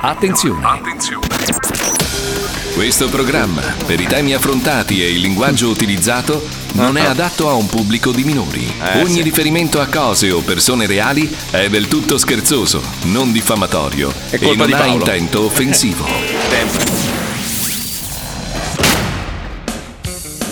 Attenzione. Questo programma, per i temi affrontati e il linguaggio utilizzato, non è adatto a un pubblico di minori. Eh, Ogni sì. riferimento a cose o persone reali è del tutto scherzoso, non diffamatorio È e colpa non di ha Paolo. intento offensivo.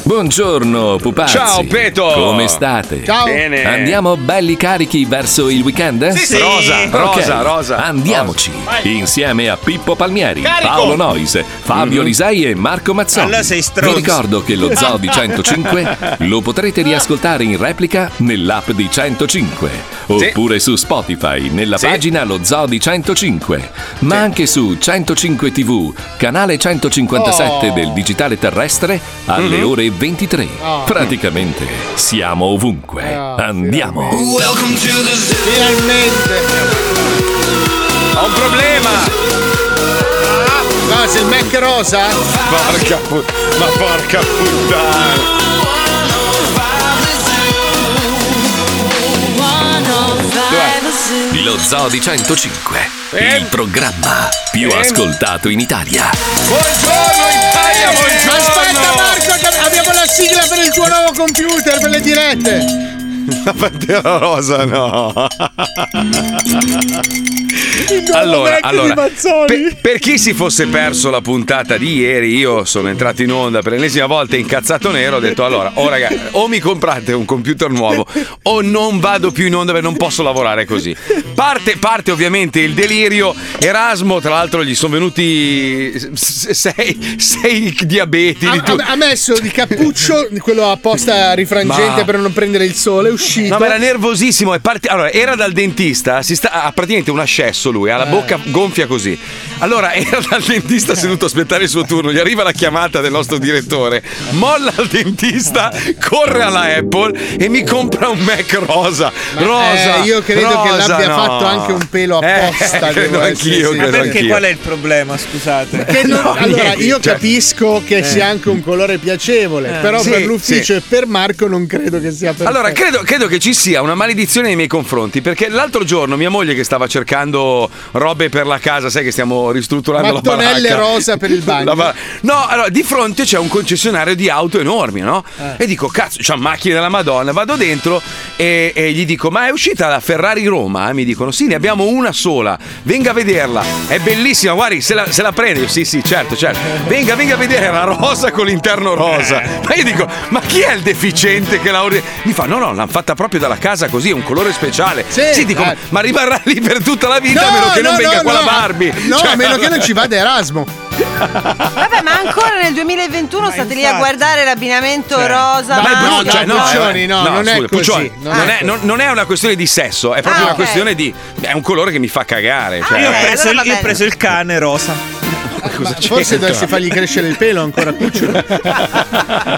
Buongiorno pupazzi. Ciao, Peto. Come state? Ciao. Bene. Andiamo belli carichi verso il weekend? Sì, sì. Rosa, Ok, rosa, rosa. Andiamoci insieme a Pippo Palmieri, Carico. Paolo Noise, Fabio Lisei e Marco Mazzoni. Allora sei stronzo. Vi ricordo che lo Zoo di 105 lo potrete riascoltare in replica nell'app di 105 oppure su Spotify nella Sì. pagina Lo Zoo di 105, ma anche su 105 TV, canale 157 Oh. del digitale terrestre alle ore 23. Praticamente siamo ovunque. Ah, Andiamo. Finalmente! Ho un problema. No, Ah, se il Mac rosa? Porca puttana. Ma porca puttana. Lo Zoo di 105, Eh? il programma più Eh? ascoltato in Italia. Buongiorno Italia, buongiorno. Aspetta Marco, che abbiamo la sigla per il tuo nuovo computer, per le dirette! La bandiera rosa no. Allora, allora, per, per chi si fosse perso la puntata di ieri, io sono entrato in onda per l'ennesima volta incazzato nero. Ho detto: Allora, o ragazzi, o mi comprate un computer nuovo, o non vado più in onda perché non posso lavorare così. Parte, parte ovviamente il delirio. Erasmo, tra l'altro, gli sono venuti s- s- sei, sei diabeti. Ha, Di tu- ha- ha messo il cappuccio, quello apposta rifrangente Ma- per non prendere il sole, è uscito. No, ma era nervosissimo. È parti- allora, era dal dentista, si sta- ha praticamente un ascesso lui, ha la bocca gonfia così. Allora, era dal dentista seduto a aspettare il suo turno, gli arriva la chiamata del nostro direttore, molla il dentista, corre alla Apple e mi compra un Mac rosa. Rosa! eh, io credo che rosa, l'abbia no. fatto anche un pelo apposta, Eh, credo devo essere anch'io, sincero. credo Perché anch'io. qual è il problema, scusate? Che non- No, allora, niente, io cioè- Eh. capisco che sia anche un colore piacevole, però Sì, per l'ufficio sì. e per Marco non credo che sia perfetto. Allora, credo, credo che ci sia una maledizione nei miei confronti, perché l'altro giorno mia moglie che stava cercando robe per la casa, sai che stiamo ristrutturando Mattonelle la baracca. rosa per il bagno. La ba- No, allora, di fronte c'è un concessionario di auto enormi, no? Eh. E dico, cazzo, c'ha macchine della Madonna, vado dentro e, e gli dico, ma è uscita la Ferrari Roma? Mi dicono, sì, ne abbiamo una sola, venga a vederla, è bellissima, guardi, se la, se la prende, Io, sì, sì, certo, certo, venga, venga a vedere, la rosa con l'interno rosa. Eh. Ma io dico, ma chi è il deficiente che la ordina? Mi fa, no, no, l'hanno fatta proprio dalla casa così, è un colore speciale. Sì, dico, eh. ma, ma rimarrà lì per tutta la vita, a meno che non no, venga no, qua la no. Barbie. No, Cioè, a meno che non ci vada Erasmo. Vabbè, ma ancora nel 2021 state lì a guardare l'abbinamento rosa. Cioè, Ma è bianco. brutto, cioè, no, Puccioni, eh, no, non è così, Ecco. Puccioni, non non, è è, non- non è una questione di sesso, è proprio Ah, una ok. questione di. è un colore che mi fa cagare. Ah, cioè, Io ho Eh, preso, allora va io ho bene. preso il cane rosa. Ma forse dovresti fargli crescere il pelo ancora cucciolo.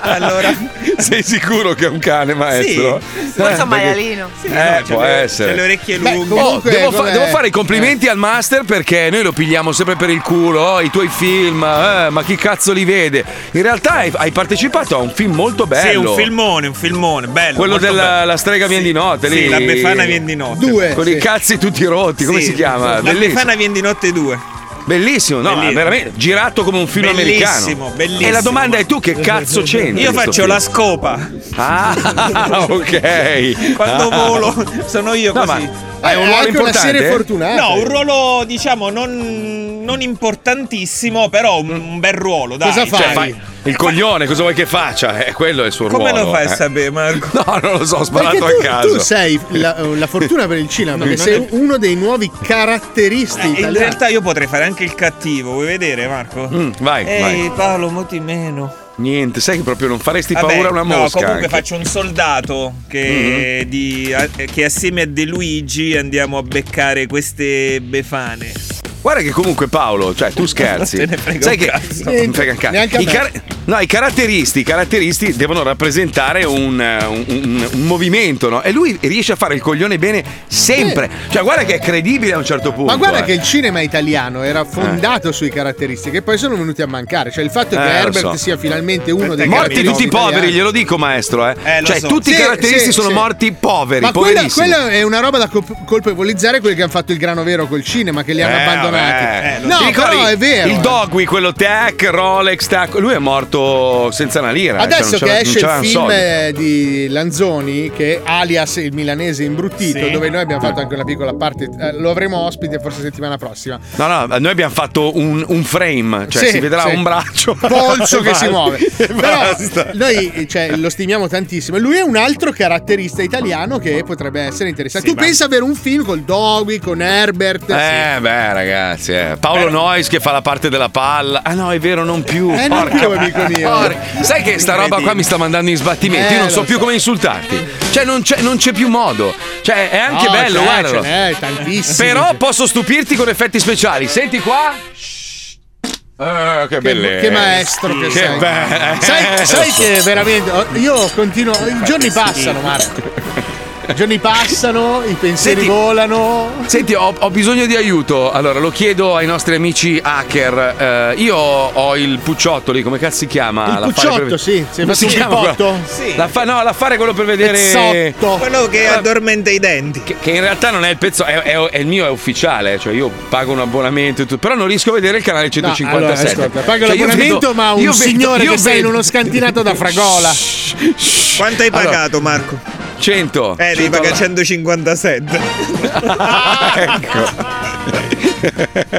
Allora, Sei sicuro che è un cane, maestro? Forse Eh, un maialino. Eh, no, c'ha può le- essere. c'ha le orecchie Beh, lunghe. comunque- Oh, devo, fa- com'è? devo fare i complimenti al master perché noi lo pigliamo sempre per il culo. oh, I tuoi film, eh, ma chi cazzo li vede? In realtà hai, hai partecipato a un film molto Sì, bello. un filmone, un filmone, bello. Quello molto della bello. La strega viene di notte, Sì, lì. la Befana viene di notte. Due. Con sì. i cazzi tutti rotti, come Sì, si chiama? La Bellissimo. Befana viene di notte 2. Bellissimo, no, Bellissimo. veramente girato come un film Bellissimo, americano. bellissimo. E la domanda è tu che cazzo c'entri? Io in sto faccio la film? scopa. Ah, ok. Quando Ah. volo sono io No, ma così. hai un Eh, ruolo anche una importante. serie fortunata. No, un ruolo, diciamo, non, non importantissimo, però un, un bel ruolo. Dai. Cosa Cioè, fai? fai il coglione, cosa vuoi che faccia? Eh, quello è il suo Come ruolo. lo fai eh. a sapere, Marco? No, non lo so, ho Perché sparato a tu, caso. tu sei la, la fortuna per il cinema, perché sei uno dei nuovi caratteristi Eh, in italiani. realtà io potrei fare anche il cattivo, vuoi vedere Marco? Mm, vai, Ehi vai. Paolo, moti meno. Niente, sai che proprio non faresti Vabbè, paura a una no, mosca. comunque anche. Mm-hmm. faccio un soldato che, di- a- che assieme a De Luigi andiamo a beccare queste befane. Guarda che comunque Paolo, cioè tu scherzi. Te ne frega sai un che cazzo. No, non frega un cazzo. Neanche a I me. car- No, i caratteristi, i caratteristi devono rappresentare un, eh, un- un- un movimento, no? E lui riesce a fare il coglione bene sempre. Cioè, guarda che è credibile a un certo punto. Ma guarda eh. che il cinema italiano era fondato sui caratteristiche, poi sono venuti a mancare. Cioè, il fatto Eh, che lo Herbert so. sia finalmente uno dei Morti caratteristi tutti i italiani. poveri, glielo dico maestro, eh. Eh, lo cioè, so. tutti Sì, i caratteristi sì, sono sì. morti poveri, Ma quella, poverissimi. quella è una roba da col- colpevolizzare quelli che hanno fatto il grano vero col cinema, che li hanno Eh, abbandonati. vabbè. no, Ti ricordi però è vero. eh. Il Dogui, quello tech, Rolex, tac, lui è morto senza una lira. Adesso cioè non c'era- che non esce il c'era un film soldo. eh, di Lanzoni, che alias il milanese imbruttito, Sì. dove noi abbiamo fatto anche una piccola parte, eh, lo avremo ospite forse settimana prossima. No, no, noi abbiamo fatto un, un frame, cioè Sì, si vedrà sì. un braccio. Polso che si Basta. muove. Però Basta. noi cioè, lo stimiamo tantissimo. E Lui è un altro caratterista italiano che potrebbe essere interessante. Sì, tu ma- pensa avere un film col Dogui, con Herbert? Eh, beh, ragazzi, eh. Paolo Nois che fa la parte della palla. Ah, no, è vero, non più. Eh, non più, amico mio. Sai che sta roba qua mi sta mandando in sbattimento. Eh, Io non lo so più come insultarti. Cioè, non c'è, non c'è più modo. Cioè, è anche No, bello, c'è, guardalo. ce n'è tantissimi. Però posso stupirti con effetti speciali. Senti qua. Eh, che bellezza. Che maestro che, sei. bello. Sai, sai che veramente oh, io continuo. I giorni passano, Marco. I giorni passano, i pensieri Senti- volano. Senti, ho, ho bisogno di aiuto. Allora, lo chiedo ai nostri amici hacker. Eh, io ho il pucciotto lì, come cazzo si chiama? Il L'affare pucciotto, sì. Si è Come fatto un chiama quello? pippotto? Sì. L'affa- no, l'affare quello per vedere. Pezzotto. Quello che addormenta i denti. Che, che in realtà non è il pezzo, è, è- è il mio, è ufficiale. Cioè, io pago un abbonamento e tutto. Però non riesco a vedere il canale No, 157. allora, ascolta, paga Cioè, io l'abbonamento, vedo- ma io un vedo- signore io che sta in vedo- uno scantinato da fragola. Quanto hai Allora- pagato, Marco? 100. Eh, devi 100 pagare 157. Eh,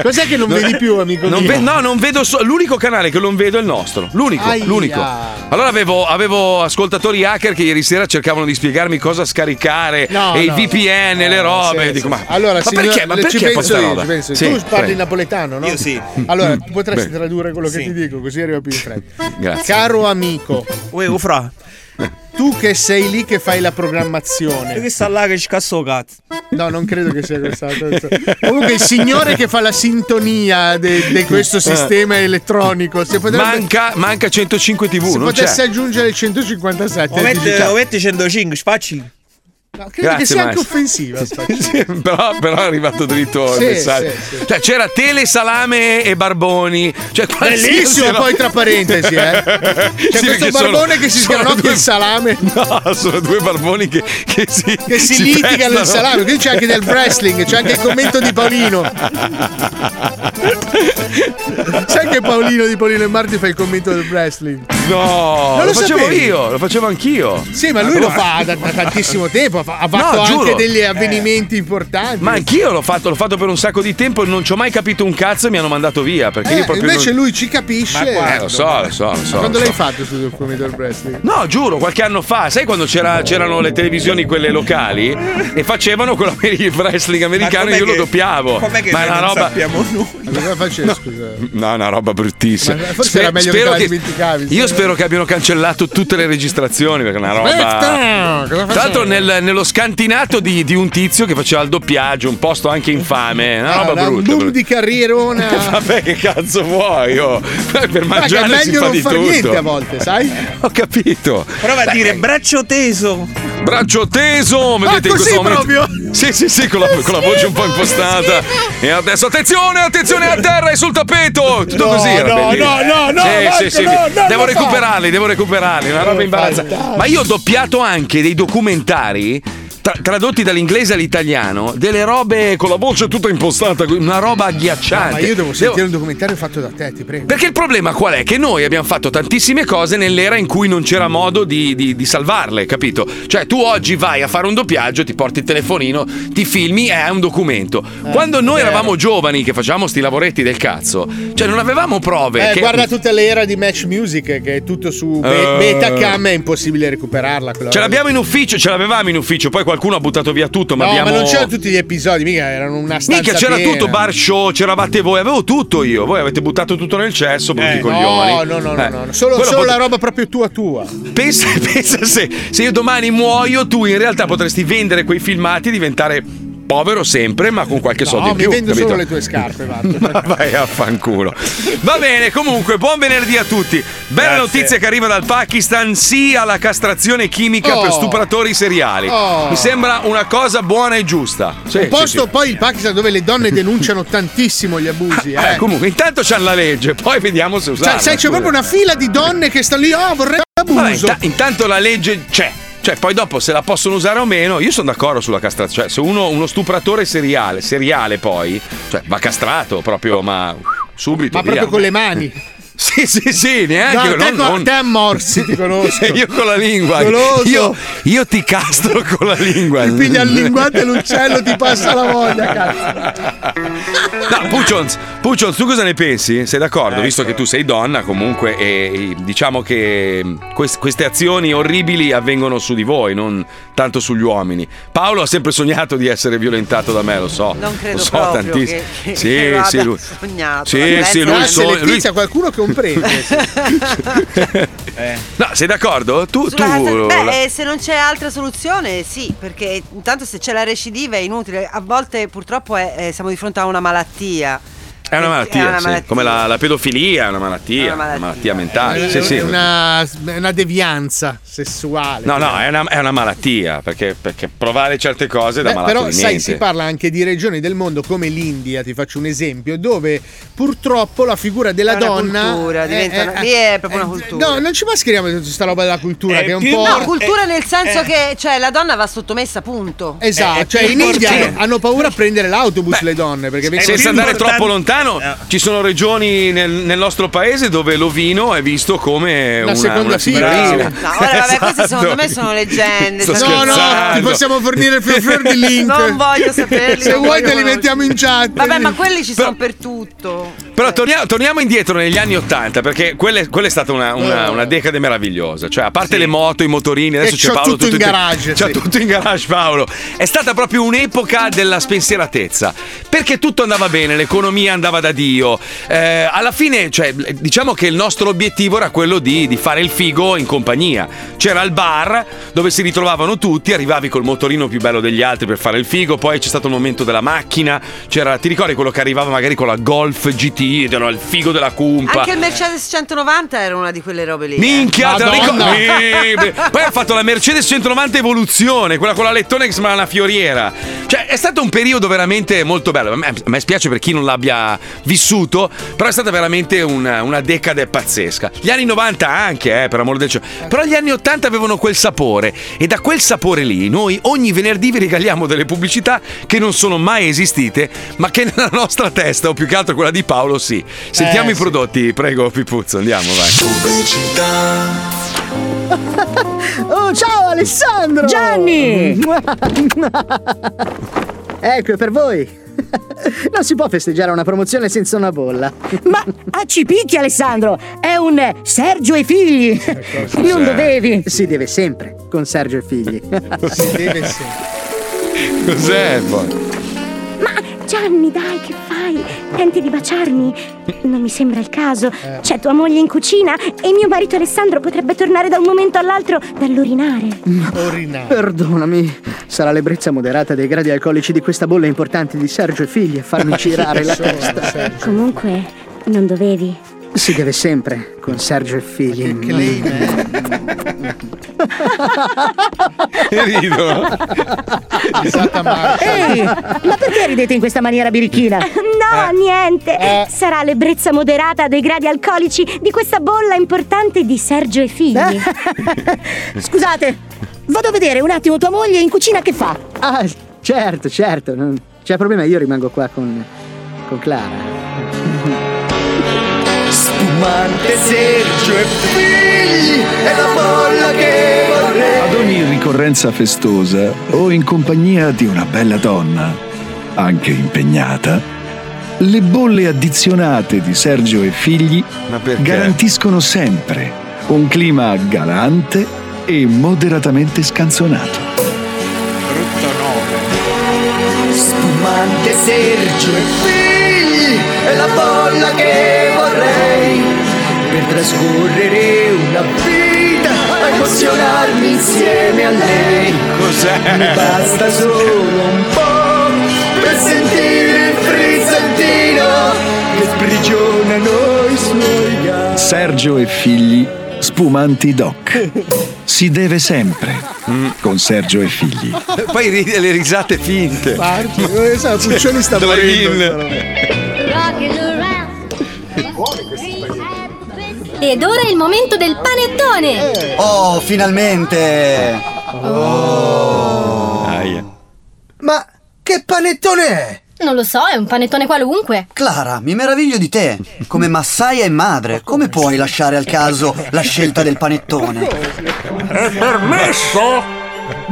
Cos'è che non vedi più, amico Ecco. Non mio? ve- no, non vedo so- l'unico canale che non vedo è il nostro. L'unico, Aia. l'unico. Allora avevo, avevo ascoltatori hacker che ieri sera cercavano di spiegarmi cosa scaricare No, e no, i no. VPN, le Eh, robe. sì, Dico, sì, ma, sì. allora, ma signor- perché? Ma le- perché ci penso questa io, roba? ci penso io. Sì, tu parli prego. napoletano, no? Io sì. Allora, potresti Beh. tradurre quello che Sì. ti dico, così arrivo più in fretta. Grazie. Caro amico, Uè, ufra. tu che sei lì che fai la programmazione. Io che sta là che ci cazzo cazzo. No, non credo che sia quest'altro. Comunque, il signore che fa la sintonia de- di questo sistema elettronico, se, potrebbe- Eh. Manca, cioè. manca 105 TV, se non potesse c'è. aggiungere il 157, O metti, diciamo- o metti 105, spacci. No, credo Grazie, che sia anche maestro. offensiva. sta cosa. Sì, però, però è arrivato dritto Sì, il messaggio. sì, sì. Cioè, c'era Tele, Salame e Barboni. Cioè, qualsiasi Bellissimo, roba- poi tra parentesi, eh. C'è Sì, questo perché sono- barbone che si sono sgranocchia due- il salame. No, sono due barboni che, che si, Che si, litigano pestano. il salame, qui c'è anche del wrestling, c'è anche il commento di Paolino. Sai che Paolino di Paolino e Marti fa il commento del wrestling? No, Non lo, lo facevo sapevi? io, lo facevo anch'io. Sì, ma lui lo fa da, da tantissimo tempo. fa- Ha fatto No, giuro. Eh. anche degli avvenimenti importanti. Ma anch'io l'ho fatto, l'ho fatto per un sacco di tempo e non ci ho mai capito un cazzo e mi hanno mandato via. Perché Eh, io proprio. invece non- lui ci capisce. Eh, lo so, lo so, lo so. Quando lo l'hai so. fatto su del commento del wrestling? No, giuro, qualche anno fa, sai quando c'era- c'erano le televisioni quelle locali e facevano quello per il wrestling americano com'è e io lo che- doppiavo. Com'è che Ma è noi una non roba. sappiamo nulla? Ma Cosa facevi, scusa? No, è una roba bruttissima. Ma forse era meglio che te la dimenticavi, Io sì. spero che abbiano cancellato tutte le registrazioni perché è una roba. Aspetta, cosa Tra l'altro facevi? nel- nello scantinato di, di un tizio che faceva il doppiaggio, un posto anche infame, una Ah, roba era un brutta. boom brutta. di carrierona. Vabbè, che cazzo vuoi? oh? Per Raga, è mangiare si meglio fa non di far niente a tutto. volte, sai? Ho capito. Prova a Beh, dire braccio teso. Braccio teso, vedete in Ah, così questo momento. proprio? Sì, sì, sì, con la, con la voce un po' impostata. E adesso attenzione, attenzione a terra e sul tappeto. Tutto No, così. era no, bellissimo. no, no, no, Sì, Marco, sì, sì. no, Oh, non devo lo fa. recuperarli, devo recuperarli. Una roba imbarazzante. Ma io ho doppiato anche dei documentari. tra- tradotti dall'inglese all'italiano, delle robe con la voce tutta impostata, una roba agghiacciante. Ma io devo sentire un documentario fatto da te, ti prego. Perché il problema qual è? Che noi abbiamo fatto tantissime cose nell'era in cui non c'era modo di, di- di salvarle, capito? Cioè tu oggi vai a fare un doppiaggio, ti porti il telefonino, ti filmi e hai un documento. Eh, Quando noi eravamo giovani che facevamo sti lavoretti del cazzo, cioè non avevamo prove. Eh, che- guarda tutta l'era di Match Music che è tutto su be- Eh. Betacam, è impossibile recuperarla. quella Ce roba. l'abbiamo in ufficio, ce l'avevamo in ufficio, poi qualcuno ha buttato via tutto, ma No, abbiamo... ma non c'erano tutti gli episodi, mica erano una stanza Mica c'era piena. tutto, bar show, c'eravate voi, avevo tutto io. Voi avete buttato tutto nel cesso, brutti coglioni. Eh. No, no, no, no, Eh. no, no. Solo, Quello solo pot- la roba proprio tua tua. Pensa, pensa se, se io domani muoio, tu in realtà potresti vendere quei filmati e diventare povero sempre, ma con qualche soldo No, in mi più. vendo capito? solo le tue scarpe, Vado. Ma vai a fanculo. Va bene, comunque, buon venerdì a tutti. Bella notizia che arriva dal Pakistan, sì alla castrazione chimica Oh. per stupratori seriali. Oh. Mi sembra una cosa buona e giusta. Sì, un posto sì, sì. poi il Pakistan dove le donne denunciano tantissimo gli abusi. Eh, eh. comunque, intanto c'hanno la legge, poi vediamo se usarla. Cioè, sai, c'è scusa. proprio una fila di donne che stanno lì, oh, vorrei un abuso. Vabbè, inta- intanto la legge c'è. Cioè, poi dopo se la possono usare o meno, io sono d'accordo sulla castrazione. Cioè, se uno uno stupratore seriale, seriale poi, cioè, va castrato proprio, ma subito. ma Ah, proprio via. con le mani. Sì, sì, sì, No, neanche. te, non- co- non- te a morsi ti conosco. io con la lingua. Goloso. Io, io ti castro con la lingua. Ti piglia il linguante e l'uccello ti passa la voglia, cazzo. No, Puccions, Puccions, tu cosa ne pensi? Sei d'accordo? Visto Ecco. che tu sei donna, comunque, e, e diciamo che mm, quest- queste azioni orribili avvengono su di voi, non tanto sugli uomini. Paolo ha sempre sognato di essere violentato da me, lo so. Non credo lo so, proprio tantissimo. che- che sì, lo sì, abbia lui. sognato. Sì, sì, lui, Grazie so- lui- Letizia, qualcuno comprende. No, sei d'accordo? Tu, tu Sulla casa- beh, la- eh, se non c'è altra soluzione, sì, perché intanto se c'è la recidiva è inutile. A volte purtroppo è- eh, siamo di fronte a una malattia. Eh, è una malattia, è una sì. malattia. come la, la pedofilia, è una malattia, È una malattia. una malattia mentale. Sì, sì. eh, È una, è una devianza sessuale. No, no, è una, è una malattia, perché, perché provare certe cose da Beh, malato però di sai, niente. si parla anche di regioni del mondo come l'India, ti faccio un esempio, dove purtroppo la figura della È una donna... cultura, diventa- lì è proprio una cultura. No, non ci mascheriamo di questa roba della cultura È che è un più- po'... No, Eh, cultura nel senso eh. che cioè, la donna va sottomessa, punto. Eh, Esatto, è cioè più in India importante. hanno, hanno paura a prendere l'autobus le donne perché pensano- Senza più andare importante- troppo lontano, Eh. No. ci sono regioni nel, nel nostro paese dove l'ovino è visto come La una, seconda una Esatto. fila. signorina. No, ora, vabbè, queste secondo me sono leggende, Sto sono- No, no, ti scherzando. possiamo fornire il fior fior di link. Non voglio saperli. Se non vuoi voglio te li conoscere. mettiamo in chat. Vabbè, ma quelli ci Però- sono per tutto. Però torniamo, torniamo indietro negli anni Ottanta, perché quella è, quella è stata una, Mm. una- una decade meravigliosa. Cioè, a parte le moto, i motorini, adesso c'è c'ho Paolo. tutto in te- garage, C'è sì. tutto in garage, Paolo. È stata proprio un'epoca della spensieratezza. Perché tutto andava bene, l'economia andava da Dio. Eh, alla fine, cioè, diciamo che il nostro obiettivo era quello di, di fare il figo in compagnia. C'era il bar dove si ritrovavano tutti, arrivavi col motorino più bello degli altri per fare il figo, poi c'è stato il momento della macchina, c'era, ti ricordi quello che arrivava magari con la Golf GT, ed era il figo della cumpa. Anche il Mercedes 190 era una di quelle robe lì. eh. Minchia, te la Madonna. ricordo. Eh, Poi ha fatto la Mercedes 190 Evoluzione, quella con la lettone che sembra una fioriera. Cioè, è stato un periodo veramente molto bello. A me, a me spiace per chi non l'abbia vissuto, però è stata veramente una, una decade pazzesca. Gli anni 90 anche, eh, per amor del cielo. Però gli anni 80 avevano quel sapore e da quel sapore lì noi ogni venerdì vi regaliamo delle pubblicità che non sono mai esistite, ma che nella nostra testa, o più che altro quella di Paolo, sì. Sentiamo Eh, i prodotti, prego Pipuzzo, andiamo, vai. Oh, ciao Alessandro! Gianni! ecco, è per voi. Non si può festeggiare una promozione senza una bolla. Ma a Cipicchi Alessandro è un Sergio e figli. Non dovevi. Si deve sempre con Sergio e figli. Deve essere. Cos'è poi? Ma Gianni, dai, che fai? Tenti di baciarmi? Non mi sembra il caso. C'è tua moglie in cucina e mio marito Alessandro potrebbe tornare da un momento all'altro dall'urinare. Orinare. Perdonami, sarà l'ebbrezza moderata dei gradi alcolici di questa bolla importante di Sergio e figli a farmi girare la testa. Comunque, non dovevi. Si deve sempre con Sergio e figli. Ridono. Ehi, ma perché ridete in questa maniera birichina? Eh. No, niente! Sarà l'ebbrezza moderata dei gradi alcolici di questa bolla importante di Sergio e figli. Eh. Scusate, vado a vedere un attimo tua moglie in cucina che fa. Ah, certo, certo, non c'è problema, io rimango qua con, con Clara. Ad ogni ricorrenza festosa o in compagnia di una bella donna, anche impegnata, le bolle addizionate di Sergio e figli Ma perché? garantiscono sempre un clima galante e moderatamente scanzonato. Spumante Sergio e figli è la bolla che vorrei per trascorrere una vita a emozionarmi insieme a lei. Cos'è? Basta solo un po' sentire il frizzantino che sprigiona noi suoi gatti. Sergio e figli, spumanti doc. Si deve sempre Mm. con Sergio e figli. Poi ride le risate finte. Parti, eh, sa, esatto. Puccioni sta Drive-in. morendo. Ed ora è il momento del Eh, panettone! Oh, finalmente! Aia. Ma che panettone è? Non lo so, è un panettone qualunque. Clara, mi meraviglio di te. Come massaia e madre, come puoi lasciare al caso la scelta del panettone? E permesso?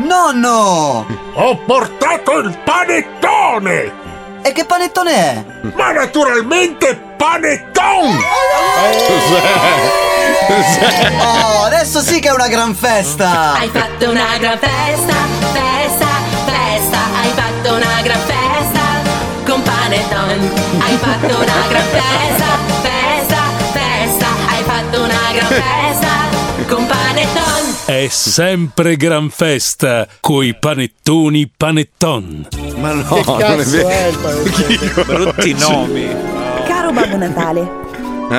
Nonno! Ho portato il panettone! E che panettone è? Ma naturalmente panettone! Oh, adesso sì che è una gran festa! Hai fatto una gran festa, festa, festa, hai fatto una gran festa con panettone. Hai fatto una gran festa, festa, festa, hai fatto una gran festa con panettone. È sempre gran festa coi panettoni panetton. Ma no, Che cazzo è il panettone? Brutti nomi. Eh. Caro Babbo Natale,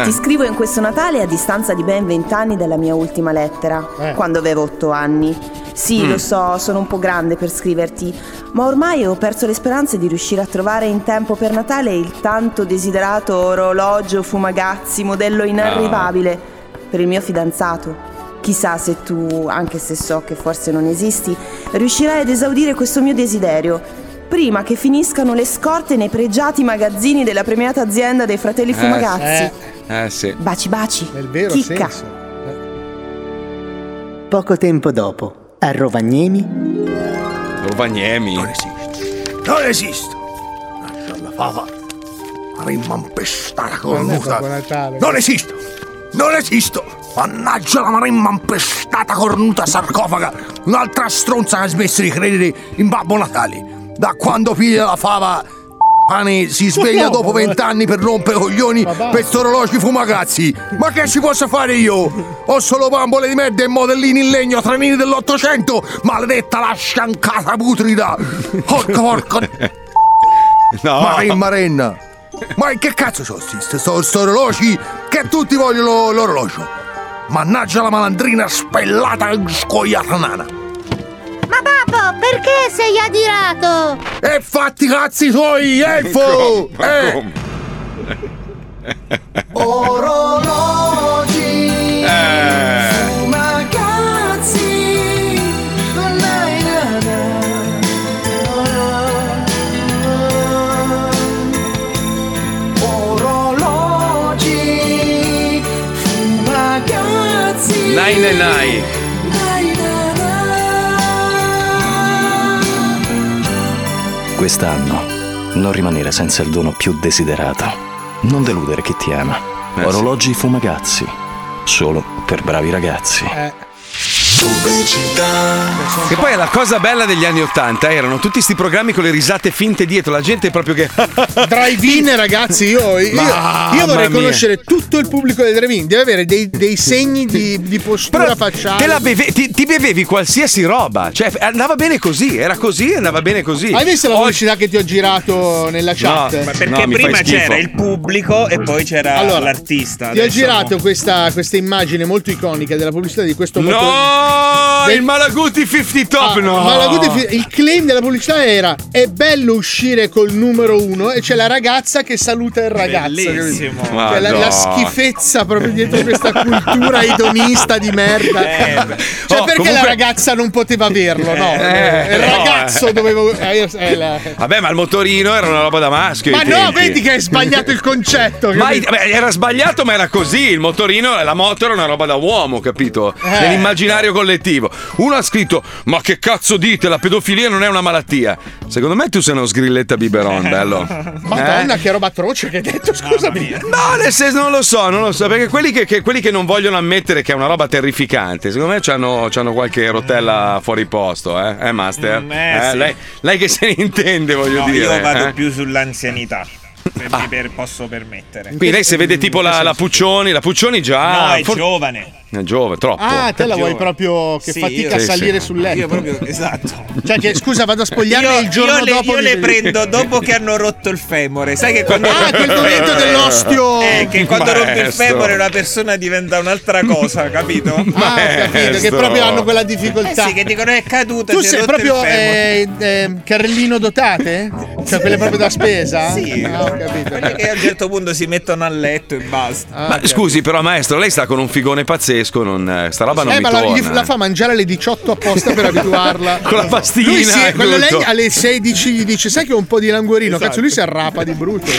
ti scrivo in questo Natale a distanza di ben 20 anni dalla mia ultima lettera, Eh. quando avevo 8 anni. Sì, Mm. lo so, sono un po' grande per scriverti, ma ormai ho perso le speranze di riuscire a trovare in tempo per Natale il tanto desiderato orologio Fumagazzi, modello inarrivabile, Ah. per il mio fidanzato. Chissà se tu, anche se so che forse non esisti, riuscirai ad esaudire questo mio desiderio. Prima che finiscano le scorte nei pregiati magazzini della premiata azienda dei fratelli Eh, Fumagazzi. Eh, Eh sì. Baci baci. nel vero Chicca. senso. Poco tempo dopo, a Rovagnemi, Rovagnemi. Non esiste! Lascia la fava! Rimampestare con Non è Babbo muta! Natale. Non esisto! Non esisto! Mannaggia la marimma impestata cornuta sarcofaga! Un'altra stronza che ha smesso di credere in Babbo Natale! Da quando piglia la fava, pane si sveglia no, dopo ma- vent'anni per rompere coglioni Ma basta. per sti orologi fumagazzi! Ma che ci posso fare io? Ho solo bambole di merda e modellini in legno, trenini dell'Ottocento! Maledetta la sciancata putrida! Porca porca... No. Marenna, Renna! Ma che cazzo c'ho sti, sti, sto, sto orologi che tutti vogliono l'orologio? Mannaggia la malandrina spellata e scoiata nana! Ma babbo, perché sei adirato? E fatti i cazzi suoi, elfo! Ma Eh, come? Orologi, Eh. fumagazzi, la la la. Orologi, fumagazzi, Nai nai nai. nai na na. quest'anno non rimanere senza il dono più desiderato. Non deludere chi ti ama. Eh, sì. Orologi fumagazzi, solo per bravi ragazzi. Eh, Che poi è la cosa bella degli anni Ottanta erano tutti sti programmi con le risate finte dietro, la gente proprio che. Drive-in, ragazzi, io, io- Mamma io vorrei mia. conoscere tutto il pubblico del drive-in. Deve avere dei, dei segni di, di postura Però facciale. te la beve- ti, ti bevevi qualsiasi roba, cioè andava bene così, era così e andava bene così. Hai visto la Oggi- velocità che ti ho girato nella chat? Ma No, perché mi fai prima schifo. c'era il pubblico e poi c'era l'artista. Ti ho adesso girato no. questa, questa immagine molto iconica della pubblicità di questo motore. No, Del- Oh, il Malaguti 50 Top, Ah, no. ma la good fi- il claim della pubblicità era è bello uscire col numero uno e c'è la ragazza che saluta il ragazzo capito? Bellissimo. Cioè, la, la Madonna. schifezza proprio dietro questa cultura idonista di merda Eh, cioè beh. perché Oh, comunque- la ragazza non poteva averlo no? Eh, il no, ragazzo eh. dovevo eh, io- eh, la- Vabbè, ma il motorino era una roba da maschio. ma ai no tempi. vedi che hai sbagliato il concetto Ma i- capito? beh, era sbagliato, ma era così. Il motorino, la moto era una roba da uomo, capito? Eh. Nell'immaginario collettivo. Uno ha scritto: Ma che cazzo dite? La pedofilia non è una malattia. Secondo me tu sei uno sgrilletta biberon, Eh. bello. madonna Eh? che roba atroce che hai detto scusami No, nel senso non lo so, non lo so, perché quelli che, che- quelli che non vogliono ammettere che è una roba terrificante, secondo me c'hanno, c'hanno qualche rotella fuori posto, eh, eh Master? Mm, eh, sì. lei, lei che se ne intende, voglio No, dire. io vado eh? più sull'anzianità. Se Ah. mi per- posso permettere. Quindi lei se vede tipo la, la Puccioni, la Puccioni già... no, è for- giovane. È giovane, troppo. Ah, te la vuoi proprio che Sì, fatica a io- Sì, sì. salire sul letto? Io proprio- esatto. Cioè che scusa, vado a spogliarmi Io- e il giorno io le, dopo io mi le vedi. prendo dopo che hanno rotto il femore. Sai che quando. Ah, quel momento dell'ostio! Eh, che quando rompi il Maestro. femore una persona diventa un'altra cosa, capito? Ah, ho capito, che proprio hanno quella difficoltà. Eh sì, che dicono è caduta. Tu si è sei rotto il proprio femore. eh, eh, carrellino dotate? Cioè quelle proprio da spesa? Sì. Ah, ho capito. Quelli che a un certo punto si mettono a letto e basta. Ma scusi, però, maestro, lei sta con un figone pazzesco. Non, sta roba non eh, mi ma la, torna. gli- la fa mangiare alle 18 apposta per abituarla. Con la pastiglia Lui si- e quello tutto. lei alle 16 gli dice: Sai che ho un po' di languorino? Cazzo, lui si arrapa di brutto.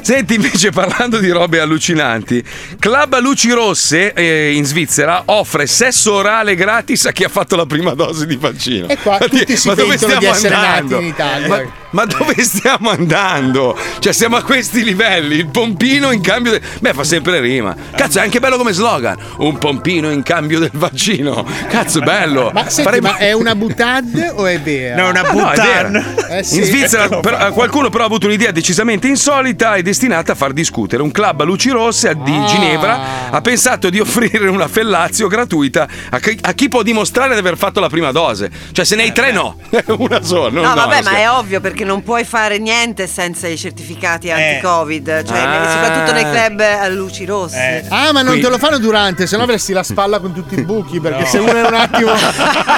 Senti, invece, parlando di robe allucinanti, Club a Luci Rosse eh, in Svizzera offre sesso orale gratis a chi ha fatto la prima dose di vaccino. E qua Ma di- tutti si ma dove pentono di stiamo essere andando? nati in Italia. Eh. Ma, ma dove stiamo andando? Cioè, siamo a questi livelli. Il pompino in cambio del. Beh, fa sempre rima. Cazzo, è anche bello come slogan. Un pompino in cambio del vaccino. Cazzo, è bello. Ma senti, Faremo- ma è una butad o è vera? No, una Ah, no, è vera. Eh, sì. In Svizzera però, eh, qualcuno però ha avuto un'idea decisamente insolita e destinata a far discutere. Un club a luci rosse a- Ah. di Ginevra ha pensato di offrire una fellazio gratuita a chi, a chi può dimostrare di aver fatto la prima dose. Cioè se ne hai tre no, Eh, una sola. non- No, vabbè, non ma è scherzo. ovvio perché non puoi fare niente senza i certificati anti-Covid, cioè Eh. Ah. soprattutto nei club a luci Eh, rosse. Ah, ma non Qui- te lo fanno durante, se no avresti la spalla con tutti i buchi. Perché se uno è un attimo.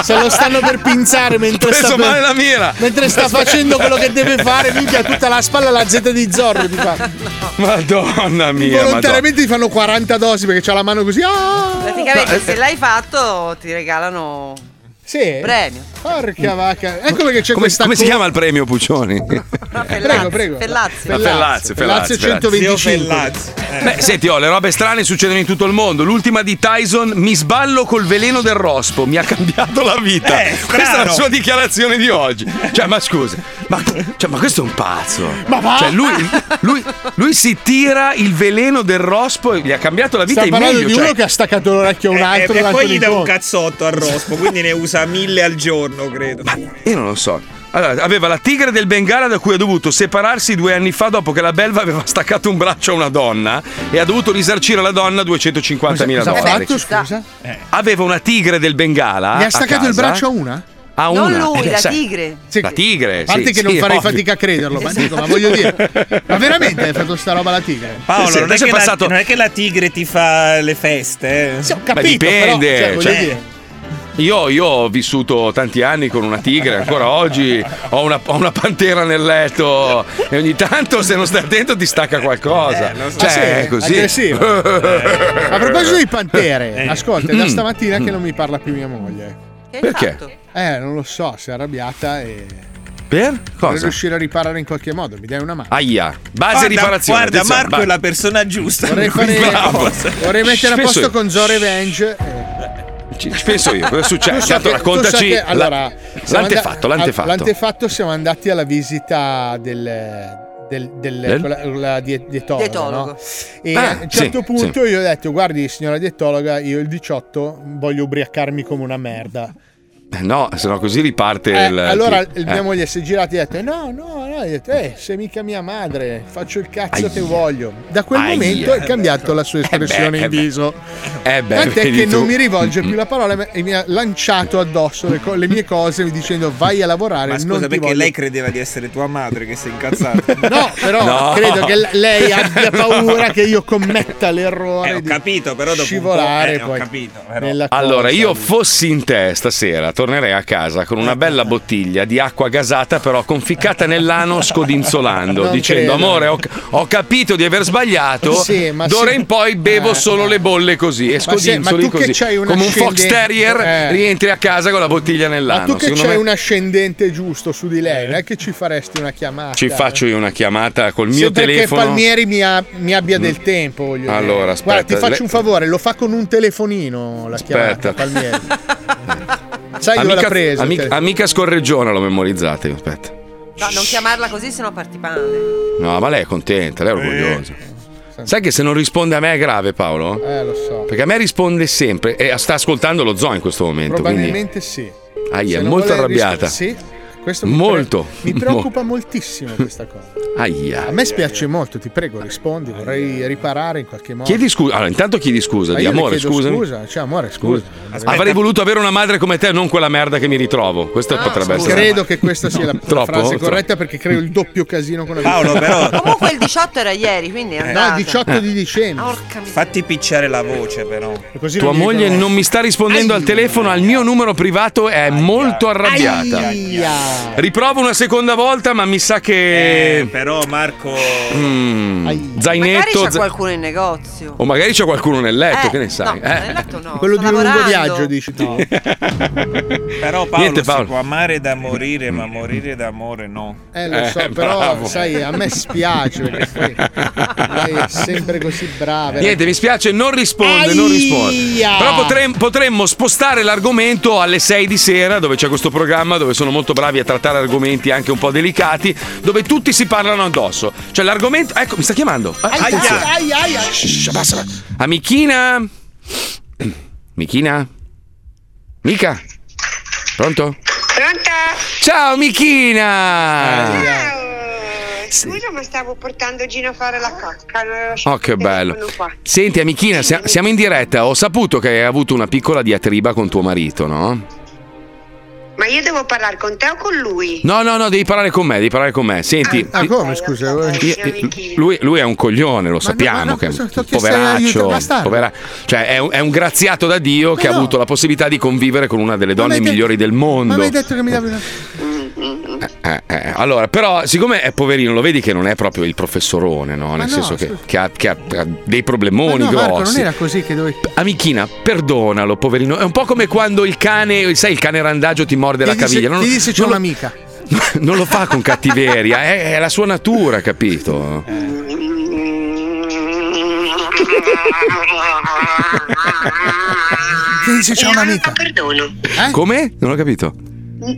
Se lo stanno per pinzare mentre Preso sta. per- male la mira. Mentre sta Aspetta. facendo quello che deve fare, minchia, tutta la spalla la Z di Zorro. Ti fa. Madonna mia. Madonna. Volontariamente ti fanno 40 dosi perché c'ha la mano così. Ah! Praticamente se l'hai fatto ti regalano Sì. premio. Porca vacca. Ecco perché c'è Come, questa come si co- chiama il premio Puccioni? Prego, prego. Pellazzi. La Fellazio, Fellazio, Fellazio. 125. Eh. Beh, senti, oh, le robe strane succedono in tutto il mondo. L'ultima di Tyson, mi sballo col veleno del rospo, mi ha cambiato la vita. Eh, strano. Questa è la sua dichiarazione di oggi. Cioè, ma scusa, ma, cioè, ma questo è un pazzo. Ma va? Cioè, lui, lui- lui si tira il veleno del rospo e gli ha cambiato la vita Sta in parlando meglio. di cioè- Eh, uno che ha staccato l'orecchio a un altro. e durante poi gli dà un l'incontro. cazzotto al rospo, quindi ne usa mille al giorno, credo. Io non lo so. Allora, aveva la tigre del Bengala da cui ha dovuto separarsi due anni fa dopo che la belva aveva staccato un braccio a una donna e ha dovuto risarcire la donna 250.000 Cosa ha dollari. fatto, scusa? Eh. Aveva una tigre del Bengala. Gli ha a staccato il casa. braccio a una? A non una. lui, Eh, la sai, tigre. La tigre. A parte sì, che sì, Esatto. non farei ovvio. fatica a crederlo, ma dico, ma voglio dire. Ma veramente hai fatto sta roba la tigre? Paolo, non, è adesso è che passato- la, non è che la tigre ti fa le feste. Eh. Sì, ho Ma dipende. cioè, io, io ho vissuto tanti anni con una tigre, ancora oggi ho una, ho una pantera nel letto e ogni tanto se non stai attento ti stacca qualcosa. so. Cioè, Ah, sì? è così. Aggressivo. Eh. A proposito di Pantere, Eh. ascolta, è da Mm. stamattina che non mi parla più mia moglie. Perché? Eh, non lo so, si è arrabbiata e. Per? Per Cosa? riuscire a riparare in qualche modo, mi dai una mano. Aia, base Guarda- riparazione. Guarda, attenzione, Marco vai. è la persona giusta. Vorrei, fare- Ah, Bravo. vorrei mettere a Spesso posto io- con Zo Revenge. eh. Ci ci penso io, cosa è successo? Tu sai Tanto che- tu sai raccontaci che- la- allora, siamo l'antefatto, andati- l'antefatto. a- l'antefatto siamo andati alla visita del del, del- Del? quella- quella die- dietologa, Dietologo. no? e Ah, a un certo sì, punto io ho detto guardi signora dietologa io il 18 voglio ubriacarmi come una merda Eh, No, se no così riparte Eh, il. allora il- il- mia eh. moglie si è girata e ha detto no no no Io ho detto, eh, sei mica mia madre faccio il cazzo Aia. che voglio da quel Aia. momento è cambiato la sua espressione eh in beh. viso Eh beh, Tant'è vedi che non tu. mi rivolge più la parola ma- e mi ha lanciato addosso le, co- le mie cose dicendo vai a lavorare. Ma scusa, non ti perché voglio lei credeva di essere tua madre che si è incazzata. No, però No. credo che l- lei abbia paura No. Eh, che io commetta l'errore ho di capito, però dopo un po', scivolare eh, ho poi capito, nella cosa. Allora, io fossi in te stasera, tornerei a casa con una bella bottiglia di acqua gasata, però conficcata nell'ano, scodinzolando, Non dicendo: credo. Amore, ho, ho capito di aver sbagliato. Sì, ma D'ora sì. in poi bevo Eh. solo le bolle così e Ma se- scodinzoli ma tu che così. c'hai una Come un fox ascendente- terrier, Eh. rientri a casa con la bottiglia nell'ano. Ma tu che Secondo c'hai me- un ascendente giusto su di Eh. lei, non è che ci faresti una chiamata. Ci faccio io una chiamata col mio Sempre telefono. Mm. che Palmieri mi, ha- mi abbia del tempo. voglio dire. Allora, aspetta, Guarda, ti faccio le- un favore, lo fa con un telefonino la chiamata Aspetta. Palmieri. Sai dove l'ha Amica, presa? il amica, telefono? amica scorreggiona, l'ho memorizzata. io, Aspetta. No, non chiamarla così, sennò parti male. No, ma lei è contenta, lei è orgogliosa. Sai che se non risponde a me è grave, Paolo? Eh, lo so. Perché a me risponde sempre e sta ascoltando lo zoo in questo momento. Quindi, Probabilmente sì. aia, Se è non molto vuole rispo- arrabbiata. Sì. Questo mi Molto. pre- mi preoccupa moltissimo questa cosa. Aia. A me spiace molto, ti prego, rispondi. Vorrei riparare in qualche modo. Chiedi scusa. Allora, intanto chiedi scusa, Ma di io le amore, chiedo scusami. Scusa, cioè, amore, scusa. Avrei voluto avere una madre come te, non quella merda che mi ritrovo. Questo Ah, potrebbe essere. Credo che questa sia la la Troppo? frase Troppo. corretta perché creo il doppio casino con la vita. Comunque il 18 era ieri, quindi è Eh. andata. Ah, No, 18 di dicembre. Porca miseria. Fatti picciare la voce, però. Tua moglie non mi sta rispondendo al telefono, al mio numero privato è molto arrabbiata. Riprovo una seconda volta, ma mi sa che. Però Marco. Mm, Magari zainetto. c'è za- qualcuno in negozio. O magari c'è qualcuno nel letto, Eh, che ne sai? no, eh. nel letto no, Quello sto di lungo lavorando. viaggio, dici tu. Però Paolo, Niente, si Paolo. può amare da morire, ma morire d'amore no. Eh, lo so, però bravo. sai, a me spiace perché poi lei è sempre così brava. Niente, mi spiace, non risponde, non risponde. Aia! Però potrem- potremmo spostare l'argomento alle 6 di sera, dove c'è questo programma dove sono molto bravi a trattare argomenti anche un po' delicati, dove tutti si parlano addosso. Cioè l'argomento. Ecco, mi sta chiamando. Ah, attenzione. Shh, abbassa. Amichina? Michina? Mica? Pronto? Pronto? Ciao Ah. Michina! Scusa, ma stavo portando Gino a fare la cocca. Non avevo Oh, che bello. Senti, amichina, sia- siamo in diretta. Ho saputo che hai avuto una piccola diatriba con tuo marito, no? Ma io devo parlare con te o con lui? No, no, no, devi parlare con me, devi parlare con me. Senti. Ah, come scusa? io- lui, lui è un coglione, lo sappiamo. che è un cosa- ti ho chiesto aiuto, poveraccio, bastardo. povera- cioè, è, un, è un graziato da Dio che ha avuto la possibilità di convivere con una delle donne avete- migliori del Ma mondo. mi hai detto che mi davi una. Eh, eh, allora, però, siccome è poverino, lo vedi che non è proprio il professorone, no? Nel no, senso che, scusa. che ha, che ha- ha dei problemoni no, Marco, grossi. non era così che dovevi. Amichina, perdonalo, poverino. È un po' come quando il cane, sai, il cane randagio ti morde la Chiedi se- caviglia. chiedi se c'è non lo- un'amica. non lo fa con cattiveria, è, è la sua natura, capito? Chiedi se c'è un'amica. Eh? Perdono. Come? Non ho capito. N-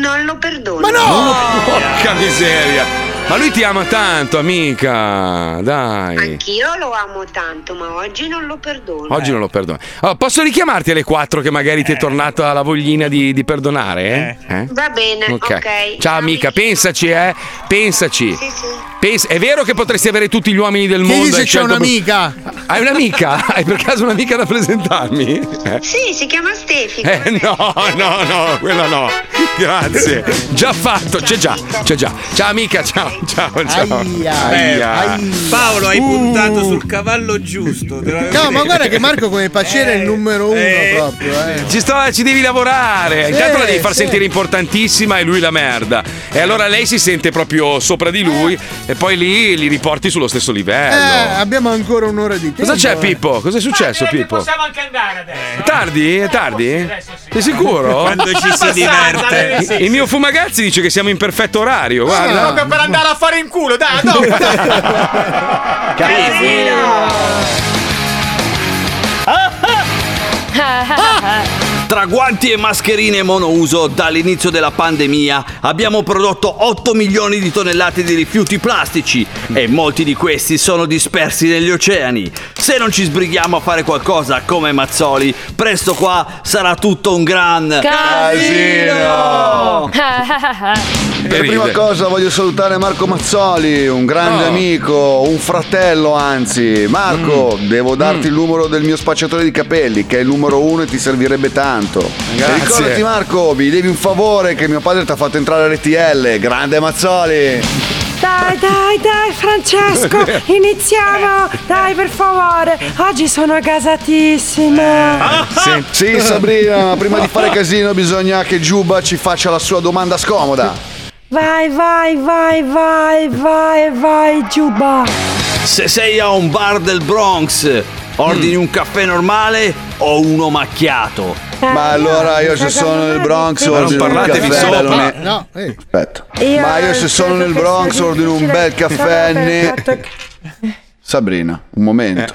Non lo perdono. Ma Non lo- Porca miseria! Ma lui ti ama tanto, amica! Dai! Anch'io lo amo tanto, ma oggi non lo perdono. Eh. Oggi non lo perdono. Allora, posso richiamarti alle 4 che magari ti è tornata la voglina di, di perdonare? Eh? Eh? Va bene, ok. Ciao amica, pensaci, eh? Pensaci. Sì, sì. Pens- è vero che potresti avere tutti gli uomini del mondo. Chiedi e se c'è scelto- un'amica. Hai un'amica? Hai per caso un'amica da presentarmi? Eh? Sì, si chiama Stefi. Eh no, no, no, quella no. Grazie. Già fatto, c'è già, c'è già. Ciao amica, ciao, ciao, ciao. Aia. Paolo, hai puntato sul cavallo giusto. te l'avevo No, ma detto. Eh, guarda che Marco come paciere è il numero uno proprio. Eh. Ci, sto, ci devi lavorare. Sì, Intanto la devi far sì. sentire importantissima e lui la merda. E allora lei si sente proprio sopra di lui e poi lì li riporti sullo stesso Eh, livello. abbiamo ancora un'ora di tempo. Cosa c'è eh. Pippo? Cosa è successo Pippo? eh, Possiamo anche andare adesso. Eh, È tardi? È tardi? Sei sicuro? Quando ci si diverte. Il- Il mio fumagazzi dice che siamo in perfetto orario, guarda. Ah, Proprio per andare a fare in culo, dai, dopo. Eh. Tra guanti e mascherine monouso, dall'inizio della pandemia abbiamo prodotto 8 milioni di tonnellate di rifiuti plastici e molti di questi sono dispersi negli oceani. Se non ci sbrighiamo a fare qualcosa come Mazzoli, presto qua sarà tutto un gran Casino! Per prima cosa voglio salutare Marco Mazzoli, un grande No. amico, un fratello anzi. Marco, devo darti il numero del mio spacciatore di capelli, che è il numero uno e ti servirebbe tanto. Grazie. E Ricordati Marco, mi devi un favore che mio padre ti ha fatto entrare all'RTL. Grande Mazzoli! Dai, dai, dai, Francesco, Eh. iniziamo! Dai, per favore, oggi sono gasatissima. Sì. Sabrina, ma prima di fare casino bisogna che Giuba ci faccia la sua domanda scomoda. Vai, vai, vai, vai, vai, vai, Giuba. Se sei a un bar del Bronx, ordini un caffè normale o uno macchiato? Ma allora io se sono nel Bronx Cioè, Ma non ordino un parlatevi caffè sopra. non è- No, eh. Aspetta. Io Ma io se sono nel Bronx ordino un bel caffè ne... Sabrina, un momento.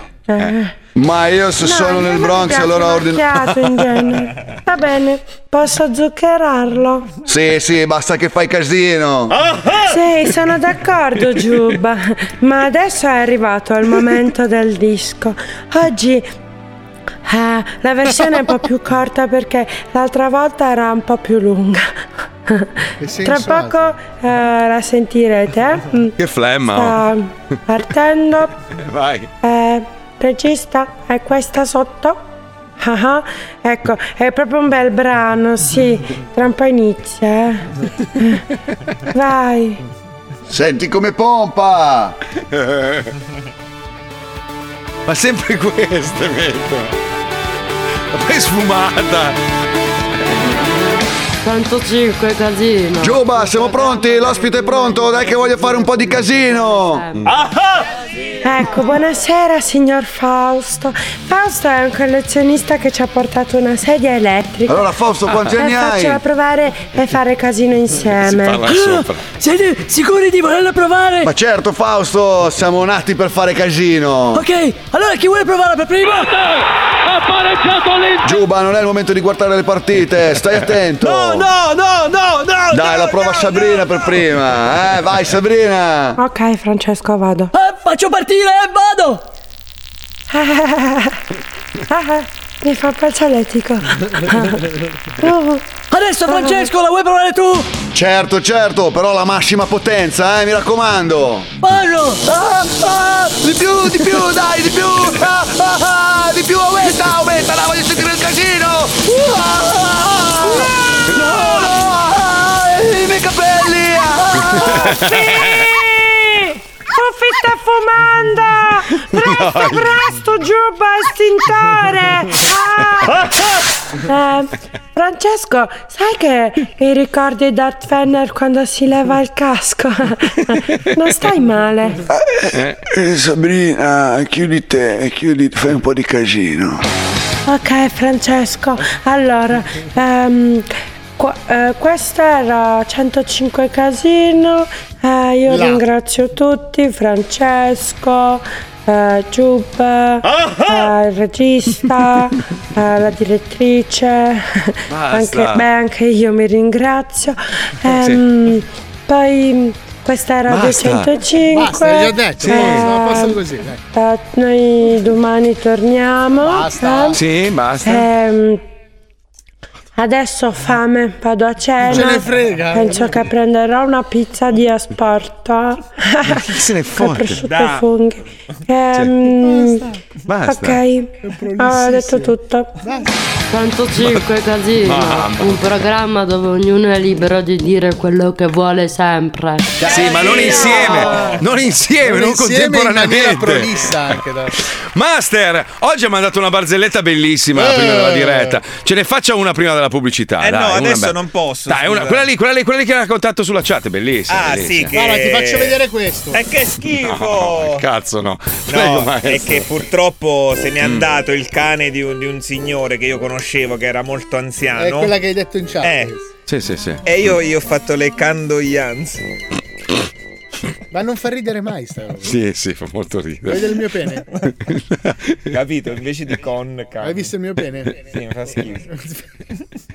Ma io se Eh. sono nel Bronx allora ordino... Macchiato in genere. Va bene, posso zuccherarlo? Sì, sì, basta che fai casino. Sì, sono d'accordo Giuba, ma adesso è arrivato il momento del disco. Oggi eh, la versione è un po' più corta perché l'altra volta era un po' più lunga. Tra senso ha? poco eh, la sentirete. Mm. Che flemma. Sta oh. partendo. Vai. Eh, regista, è questa sotto? Ah ah, ecco, è proprio un bel brano, sì. Tra un po' inizia. eh. Vai. Senti come pompa! Ma sempre queste metto. Ma poi sfumata. 105 Eh, casino. Giuba, siamo pronti? L'ospite è pronto? Dai che voglio fare un po' di casino! Ah, Ecco, buonasera signor Fausto. Fausto è un collezionista che ci ha portato una sedia elettrica. Allora, Fausto, quanti anni e hai? Facciela provare e fare casino insieme. Siete sicuri di volerla provare? Ma certo, Fausto, siamo nati per fare casino! Ok, allora chi vuole provare per primo? Ha pareggiato l'Inter! Giuba, non è il momento di guardare le partite, stai attento! No, no, no, no, no! Dai, la prova Sabrina per prima! Eh, vai Sabrina! Ok, Francesco, vado. Eh, faccio partire e vado! Ah, ah, mi fa braccialetico. Uh. Adesso Francesco la vuoi provare tu? Certo, certo, però la massima potenza, eh, mi raccomando! Parlo! Ah, ah, di più, di più, dai, di più! Ah, ah, ah, di più, aumenta, aumenta, la voglio sentire il casino! Ah, ah, ah, no, no, ah, i miei capelli! Oh, Ah, Sì! Fuffi sta fumando! Presto, presto, giubba estintore! Ah! Eh, Francesco, sai che mi ricordi Darth Vader quando si leva il casco? Non stai male. Eh. Eh, Sabrina, chiudi te, chiudi, fai un po' di casino. Ok, Francesco, allora, ehm, qua- eh, questo era 105 Casino, eh, io Là. ringrazio tutti, Francesco, eh, Giubba, eh, il regista, eh, la direttrice, Basta. anche, beh, anche io mi ringrazio. Sì. Ehm, Poi... mh, Questa era Basta. 205. Basta, l'hai già detto, eh, basta, basta così, dai. eh, noi domani torniamo. eh. Sì, basta. Ehm, adesso ho fame, vado a cena. ce ne frega. Penso che prenderò una pizza di asporto. Chi se ne Con fotte? prosciutto e funghi. Ehm, Basta. Ok, Ah, ho detto tutto. 105 Casino, Mamma. un programma dove ognuno è libero di dire quello che vuole sempre. Sì, ma Eh, non insieme, non insieme, insieme in non, maniera contemporaneamente. prolissa anche da... Master, oggi ha mandato una barzelletta bellissima Eh. prima della diretta. Ce ne faccia una prima della pubblicità. Eh dai, no, una adesso bella. non posso, Dai, una- scusa. quella lì, quella lì, quella lì che ha raccontato sulla chat, è bellissima. Ah, sì, bellissima. che- Guarda, ti faccio vedere questo. È che schifo! No, cazzo no. Uh, Prego, No, maestro. Mm. è che purtroppo se n'è andato il cane di un, di un signore che io conoscevo che era molto anziano. È quella che hai detto in chat. Eh, Sì, sì, sì. e io gli ho fatto le candoglianze. Ma non fa ridere mai sta roba. Sì, sì, fa molto Vedi ridere. il mio pene? Capito? Invece di con cane. Hai visto il mio pene? Eh, Sì, mi fa schifo.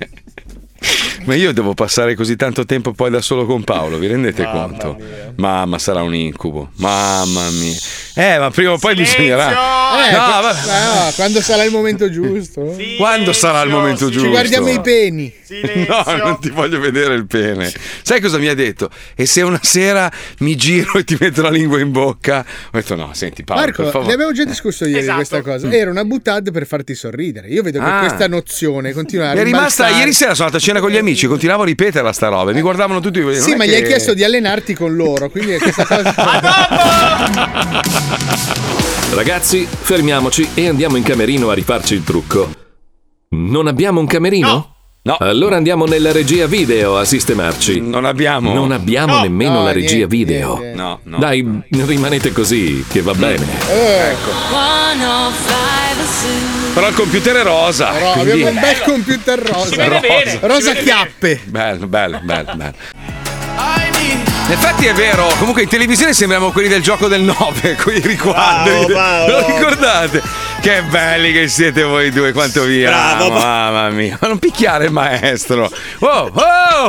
Ma io devo passare così tanto tempo poi da solo con Paolo, vi rendete conto? Mamma, sarà un incubo. Mamma mia. Eh, ma prima o poi bisognerà. Eh, No, qua- vabbè. no, quando sarà il momento giusto. Quando sarà il momento giusto? Ci guardiamo i peni. No, non ti voglio vedere il pene. Sai cosa mi ha detto? E se una sera mi giro e ti metto la lingua in bocca? Ho detto no, senti Paolo, per Marco, favore. ne abbiamo già discusso ieri di Esatto. questa cosa. Era una buttad per farti sorridere. Io vedo che Ah. questa nozione continua a Mi è rimasta rimbalzare. ieri sera sono andato a cena con gli amici, continuavo a ripeterla sta roba, e mi guardavano tutti non Sì, è ma gli che- hai chiesto di allenarti con loro, quindi è questa cosa. Ragazzi, fermiamoci e andiamo in camerino a rifarci il trucco. Non abbiamo un camerino? No. Allora andiamo nella regia video a sistemarci. Non abbiamo. Non abbiamo No. nemmeno No, la regia niente, video. niente. No, no. Dai, rimanete così, che va bene. Ecco. Però il computer è rosa. Però quindi- abbiamo un bel computer rosa. Si vede bene, si Rosa vede chiappe. Bello, bello, bello, bello. In effetti è vero, comunque in televisione sembriamo quelli del gioco del 9 con i riquadri. Bravo, Paolo. Lo ricordate? Che belli che siete voi due, quanto vi Bravo, amo, Pa- mamma mia. Ma non picchiare il maestro. Oh,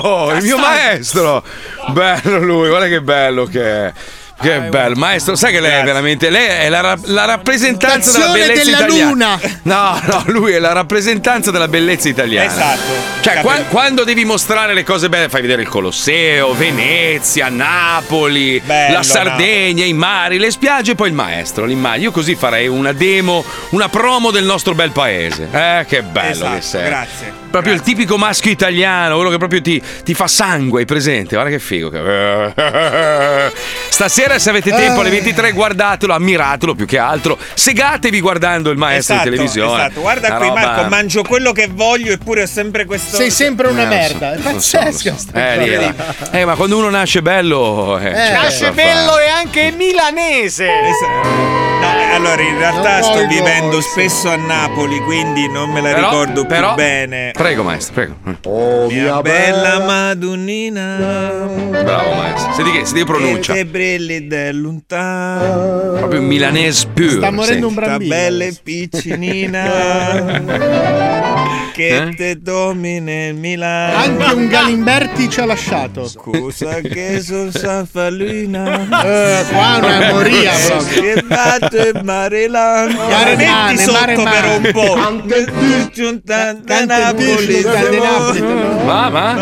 oh, il mio maestro. Bello lui, guarda che bello che è. Che bello, maestro, sai che lei è veramente. Lei è la, ra- la rappresentanza della L'azione bellezza della italiana. No, no, lui è la rappresentanza della bellezza italiana. Esatto. Cioè, qua- quando devi mostrare le cose belle, fai vedere il Colosseo, Venezia, Napoli, la Sardegna, i mari, le spiagge e poi il maestro, l'immagine. Io così farei una demo, una promo del nostro bel paese. Eh, che bello Esatto, che sei. grazie. Proprio il tipico maschio italiano, quello che proprio ti, ti fa sangue, hai presente? Guarda che figo. che- Stasera, se avete tempo, Eh. alle 23, guardatelo, ammiratelo più che altro. Segatevi guardando il maestro Esatto, in Eh, televisione. esatto. Guarda Una qui roba- Marco, mangio quello che voglio eppure ho sempre questo... Sei sempre una merda. È lo Eh, so, lo so. pazzesca. Eh, lì, là. Eh, ma quando uno nasce bello. Eh, c'è poco da Nasce Cioè, bello e anche milanese. No, Eh, allora, in realtà Non sto voglio- vivendo spesso a Napoli, quindi non me la Però- ricordo più però- bene. Prego, maestro, prego. Eh. Oh, Mia bella madonnina. Bravo, maestro. Senti che, senti che pronuncia. Che brilli del lontano. Proprio milanese pure. bambino. bella piccinina. che Eh? te domine il Milano. Anche un Galimberti ci ha lasciato. Scusa che sono San Fallina. Eh, qua è una moria proprio. Che batte Marilano. Mare mane, Metti sotto mare per mane. un po'. da Napoli, da Napoli. Ma, ma?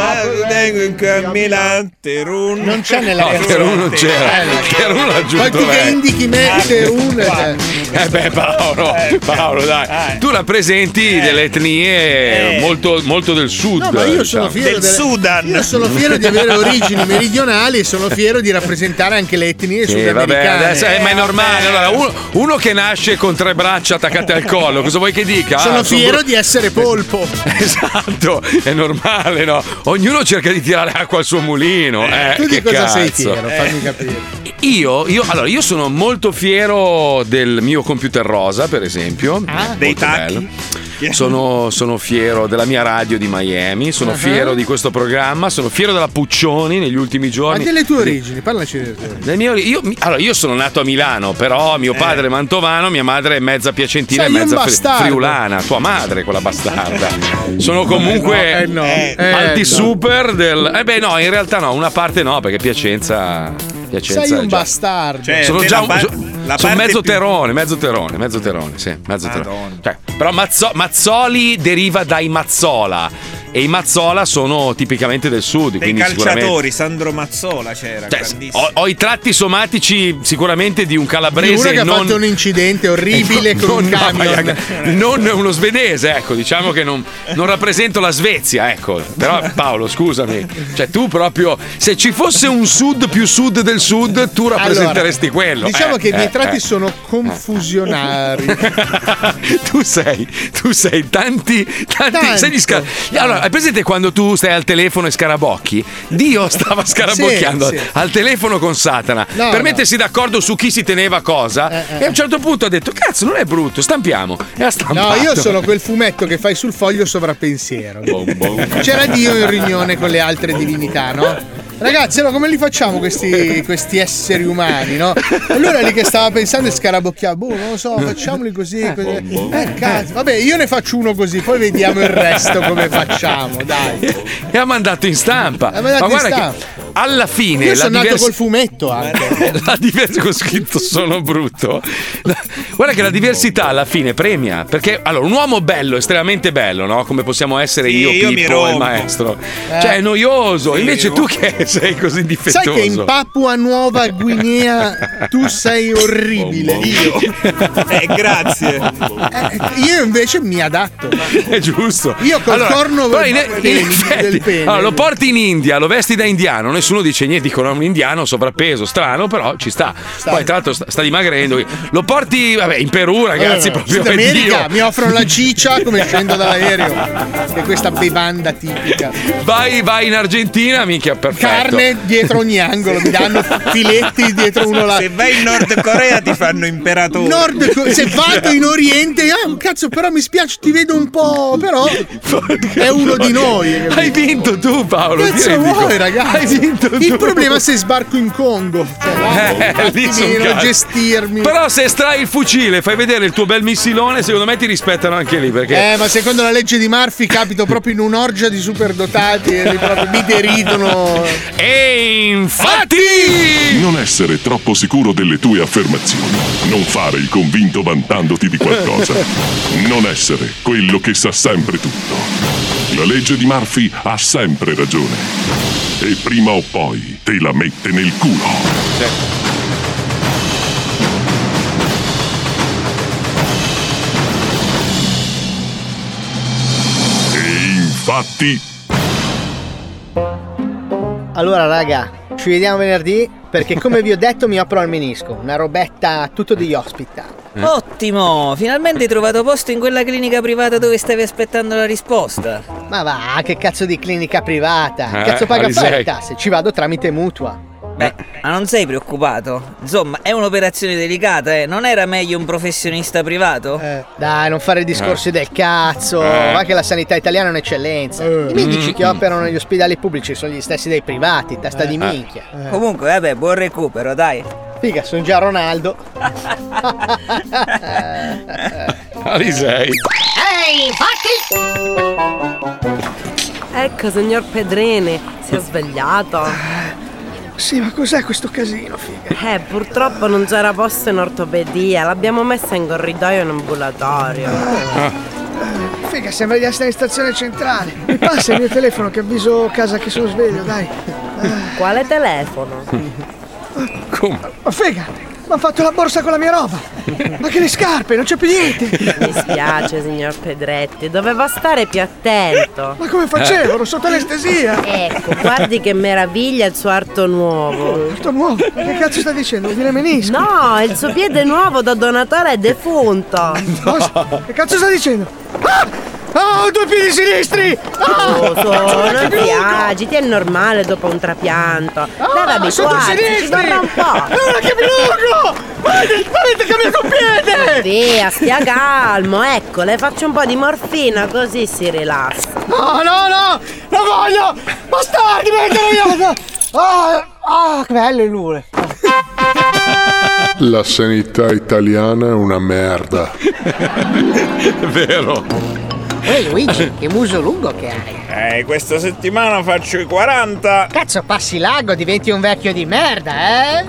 Vengo in Camilano, Terun. Non c'è nella No, canzone. Terun non c'era. Eh, no. Terun l'ha Poi aggiunto tu che lei. indichi me, Terun. cioè, eh. Eh beh Paolo, Paolo Ah, eh. dai, tu rappresenti delle etnie molto, molto del sud. No, ma io sono diciamo. fiero delle- Io sono fiero di avere origini meridionali e sono fiero di rappresentare anche le etnie Sì, vabbè, sudamericane. adesso, eh, ma è normale. Allora, uno, uno che nasce con tre braccia attaccate al collo, cosa vuoi che dica? Ah, Eh, sono fiero bru- di essere polpo. Esatto, è normale, no? Ognuno cerca di tirare acqua al suo mulino. Eh, tu di che cosa sei cazzo. Eh, fiero? Fammi capire. Io, io- allora, io sono molto fiero del mio computer rosa, per esempio. Ah. Dei tacchi. Sono, sono fiero della mia radio di Miami, sono Ah. fiero di questo programma, sono fiero della Puccioni negli ultimi Ma giorni. delle tue origini, parlaci delle tue origini. Le mie ori- io, mi- allora, io sono nato a Milano, però mio padre è mantovano, mia madre è mezza piacentina Eh. Sei e mezza un fri- bastardo. friulana, tua madre quella bastarda. Sono comunque Eh no, eh no, eh anti-super del... Eh beh no, in realtà no, una parte no, perché Piacenza... Piacenza Sei un già- bastardo. Cioè, sono già un, so- sono mezzo terone, mezzo terone, mezzo terone, sì, mezzo terone. Cioè, però Mazzo- Mazzoli deriva dai Mazzola e i Mazzola sono tipicamente del sud, Dei quindi sicuramente calciatori, Sandro Mazzola c'era, cioè, grandissimo. ho, ho i tratti somatici sicuramente di un Di uno calabrese che ha non, Ecco, fatto un incidente orribile non- con un no, camion. ma- non uno svedese, ecco, diciamo che non, non rappresento la Svezia, ecco. Però Paolo, scusami, cioè tu proprio se ci fosse un sud più sud del sud, tu rappresenteresti Allora, quello. Diciamo Eh, che i miei eh, tratti eh. sono confusionari. tu sei, tu sei tanti, tanti, Tanto. sei gli sca- Allora, hai presente quando tu stai al telefono e scarabocchi? Dio stava scarabocchiando Sì, sì. al telefono con Satana No, per no. mettersi d'accordo su chi si teneva cosa e a un certo punto ha detto "Cazzo, non è brutto, stampiamo". E ha No, stampato. io sono quel fumetto che fai sul foglio sovrappensiero. C'era Dio in riunione con le altre divinità, no? Ragazzi, allora come li facciamo questi, questi esseri umani, no? Allora lì che stava pensando e scarabocchiava, boh, non lo so, facciamoli così, così. Eh, cazzo, vabbè, io ne faccio uno così, poi vediamo il resto come facciamo, dai. e ha mandato in stampa. Ha mandato Ma in guarda stampa. che alla fine Io la sono nato diversi- col fumetto anche. la diversità con scritto sono brutto. La- Guarda che la diversità alla fine premia. Perché allora, un uomo bello, estremamente bello, no? Come possiamo essere Sì, io, io mi Pippo, e il rompo. maestro. Eh. Cioè, è noioso. Invece, tu che sei così difettoso. Sai che in Papua Nuova Guinea tu sei orribile. Io. Eh, grazie. Io invece mi adatto. È giusto. Eh. Io col corno però in- del in pene, effetti, del pene. allora, lo porti in India, lo vesti da indiano, nessuno dice niente, dicono "È un indiano sovrappeso, strano, però ci sta. Poi tra l'altro sta, sta dimagrendo. Lo porti vabbè, in Perù, ragazzi, Allora, proprio Eh, Sud è America Dio. mi offrono la ciccia come scendo dall'aereo. E questa bevanda tipica. Vai, vai in Argentina, minchia, perfetto. Carne dietro ogni angolo, mi danno filetti dietro uno là. Se vai in Nord Corea ti fanno imperatore. Nord, Co- se vado in Oriente, ah, cazzo, però mi spiace, ti vedo un po'. Però è uno di noi. Hai vinto tu, Paolo. Cazzo io ne dico. vuoi, ragazzi? Hai dentro. Il problema è se sbarco in Congo. Cioè, Eh, lì son devo cazzi. gestirmi. Però se estrai il fucile e fai vedere il tuo bel missilone, secondo me ti rispettano anche lì. Perché... Eh, ma secondo la legge di Murphy capito proprio in un'orgia di superdotati e li proprio mi deridono. E infatti! Non essere troppo sicuro delle tue affermazioni. Non fare il convinto vantandoti di qualcosa. Non essere quello che sa sempre tutto. La legge di Murphy ha sempre ragione. E prima o poi te la mette nel culo. E infatti Allora, raga, ci vediamo venerdì perché, come vi ho detto, mi apro al menisco. Una robetta tutto degli ospita. Eh. Ottimo! Finalmente hai trovato posto in quella clinica privata dove stavi aspettando la risposta. Ma va, che cazzo di clinica privata? Eh, Cazzo paga Alisei. fare le tasse, ci vado tramite mutua. Beh, ma non sei preoccupato? Insomma, è un'operazione delicata, eh. Non era meglio un professionista privato? Eh, Dai, non fare discorsi del cazzo, Eh. va che la sanità italiana è un'eccellenza. I medici che operano negli ospedali pubblici sono gli stessi dei privati, tasta di minchia. Comunque, vabbè, buon recupero, dai. Figa, sono già Ronaldo. Ah, Alisei. Ehi, Ecco, signor Pedrene, si è svegliato. Sì, ma cos'è questo casino, figa? Eh, purtroppo non c'era posto in ortopedia, l'abbiamo messa in corridoio in ambulatorio. Ah. Figa, sembra di essere in stazione centrale. Mi passa il mio telefono che avviso casa che sono sveglio, dai. Ah. Quale telefono? Ma figa, mi hanno fatto la borsa con la mia roba. Ma che le scarpe, non c'è più niente. Mi spiace, signor Pedretti, doveva stare più attento. Ma come facevo? Ero sotto anestesia. Ecco, guardi che meraviglia il suo arto nuovo. Sto Oh, nuovo, ma che cazzo stai dicendo? Viene menisco. No, il suo piede nuovo da donatore è defunto. Ah, Che cazzo stai dicendo? Ah! Ah, ho due piedi sinistri! Ah! Oh, Cazzo, non che ti agiti, è normale dopo un trapianto. Deve sotto Ah, abituarsi, ci sinistri! vorrà un Ah, po'. Allora che lungo! Avete, avete cambiato piede! Via, stia calmo, ecco, le faccio un po' di morfina così si rilassa. No, no, no! Non voglio! Bastardi, mettere via! Ah, ah, che bello il lune! La sanità italiana è una merda. Vero. Ehi Luigi, che muso lungo che hai. Eh, questa settimana faccio i 40. Cazzo, passi l'ago, diventi un vecchio di merda, eh?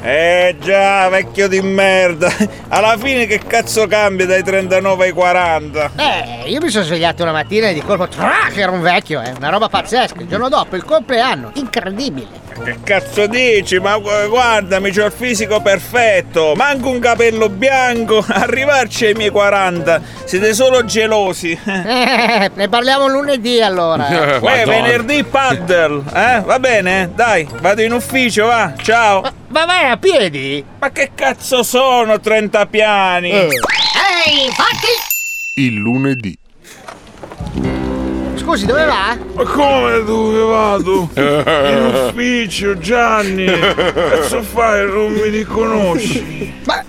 Eh già, vecchio di merda. Alla fine che cazzo cambia dai 39 ai 40? Eh, io mi sono svegliato una mattina e di colpo tra, che ero un vecchio, eh, una roba pazzesca. Il giorno dopo il compleanno, incredibile. Che cazzo dici? Ma gu- guardami, c'ho il fisico perfetto. Manco un capello bianco. Arrivarci ai miei 40. Siete solo gelosi. Eh, ne parliamo lunedì allora. Eh, venerdì paddle, eh? Va bene? Dai, vado in ufficio, va. Ciao. Ma, vai a piedi? Ma che cazzo sono 30 piani? Eh. Ehi, fatti! Eh. Il lunedì. Scusi, dove va? Ma come dove vado? In ufficio, Gianni. Cazzo fai? Non mi riconosci. Ma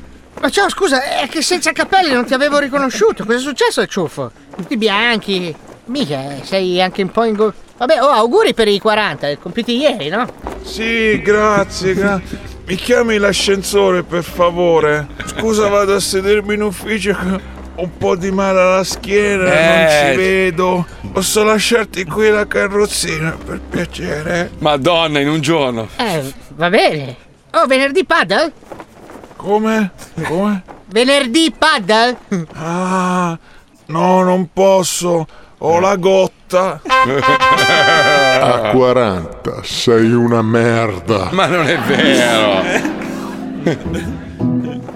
ciao, scusa, è che senza capelli non ti avevo riconosciuto. Cosa è successo al ciuffo? Tutti bianchi. Mica, eh, sei anche un po' in go... Vabbè, oh, auguri per i 40, eh, compiuti ieri, no? Sì, grazie, gra- Mi chiami l'ascensore per favore. Scusa, vado a sedermi in ufficio. che Ho un po' di male alla schiena, non Eh. ci vedo. Posso lasciarti qui la carrozzina per piacere? Madonna, in un giorno. Eh, va bene. Oh, venerdì paddle? Come? Come? Venerdì paddle? Ah, no, non posso. Ho la gotta. A 40 sei una merda. Ma non è vero.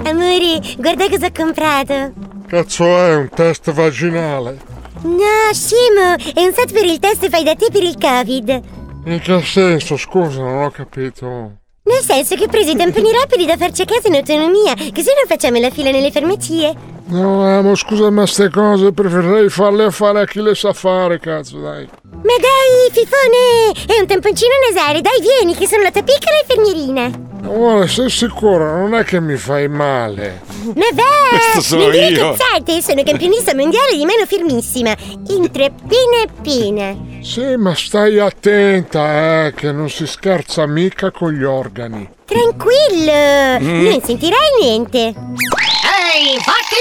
Amore, guarda cosa ho comprato. Cazzo è un test vaginale? No, scemo, è un set per il test fai da te per il covid. In che senso? Scusa, non ho capito. Nel senso che ho preso i tamponi rapidi da farci a casa in autonomia, così non facciamo la fila nelle farmacie. No, eh, ma scusa, ma ste cose preferirei farle a fare a chi le sa fare, cazzo, dai. Ma dai, fifone! È un tamponcino nasale, dai vieni che sono la tua piccola infermierina. Amore, sei sicuro? Non è che mi fai male. Ma va! Questo sono non dire io. cazzate, sono campionessa mondiale di mano fermissima. Entra appena appena. Sì, ma stai attenta, eh, che non si scherza mica con gli organi. Tranquillo, Mm. non sentirai niente. Ehi, fatti!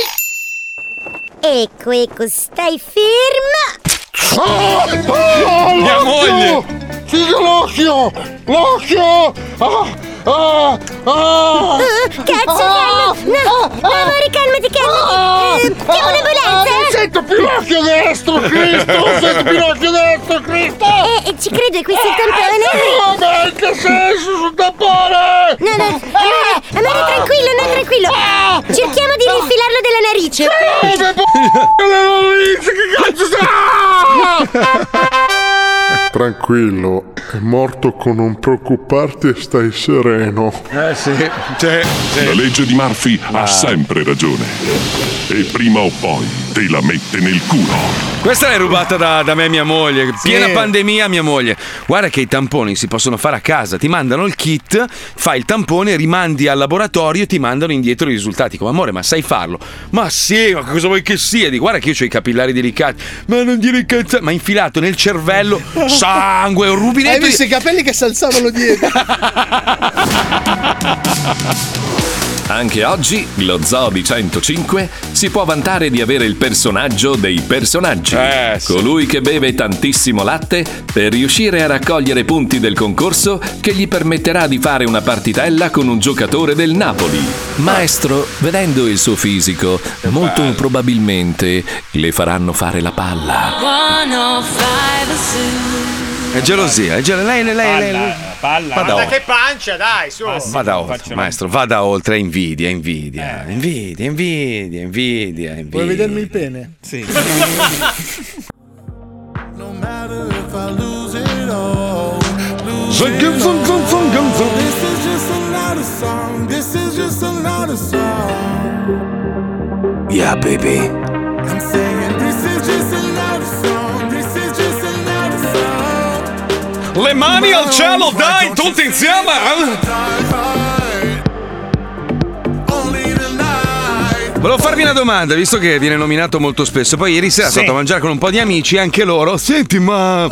Ecco, ecco, stai ferma. Oh, Mia l'occhio! Cioè, Chiudi l'occhio! L'occhio! Ah, ah, ah! Cazzo, calma! No, amore, calmati, Ah, calmati! Eh, Chiamo l'ambulanza! Non sento più l'occhio destro, Cristo! Non sento più l'occhio destro, Cristo! Eh, eh, ci credo, è questo il tampone! Ma in che senso sul tampone? No, no, amore, Ah. amore, tranquillo, no, tranquillo! Cerchiamo di rinfilarlo della narice! Come p***o della narice, che cazzo Tranquillo, è morto con non preoccuparti e stai sereno. Eh sì, La legge di Murphy ha sempre ragione. E prima o poi te la mette nel culo. Questa l'hai rubata da, da me e mia moglie. Piena pandemia, mia moglie. Guarda che i tamponi si possono fare a casa. Ti mandano il kit, fai il tampone, rimandi al laboratorio e ti mandano indietro i risultati. Come amore, ma sai farlo? Ma sì, ma cosa vuoi che sia? Di guarda che io ho i capillari delicati. Ma non dire cazzo. Ma infilato nel cervello, sangue, un Hai rubinetto. di- visto i capelli che si alzavano dietro? Anche oggi lo Zoo di 105 si può vantare di avere il personaggio dei personaggi. Eh, Colui che beve tantissimo latte per riuscire a raccogliere punti del concorso che gli permetterà di fare una partitella con un giocatore del Napoli. Maestro, vedendo il suo fisico, molto probabilmente le faranno fare la palla. 105 Zoo. È gelosia, è gelosia. Lei, lei, lei. lei. Vada Guarda oltre. che pancia, dai, su. Vada oltre, maestro, vada oltre, invidia, invidia, invidia, invidia, invidia, Vuoi invidia. vedermi il pene? Sì. Yeah, baby. Le mani al cielo, dai, tutti insieme! eh? Volevo farvi una domanda, visto che viene nominato molto spesso. Poi ieri sera Sì. sono stato a mangiare con un po' di amici, anche loro. Senti, ma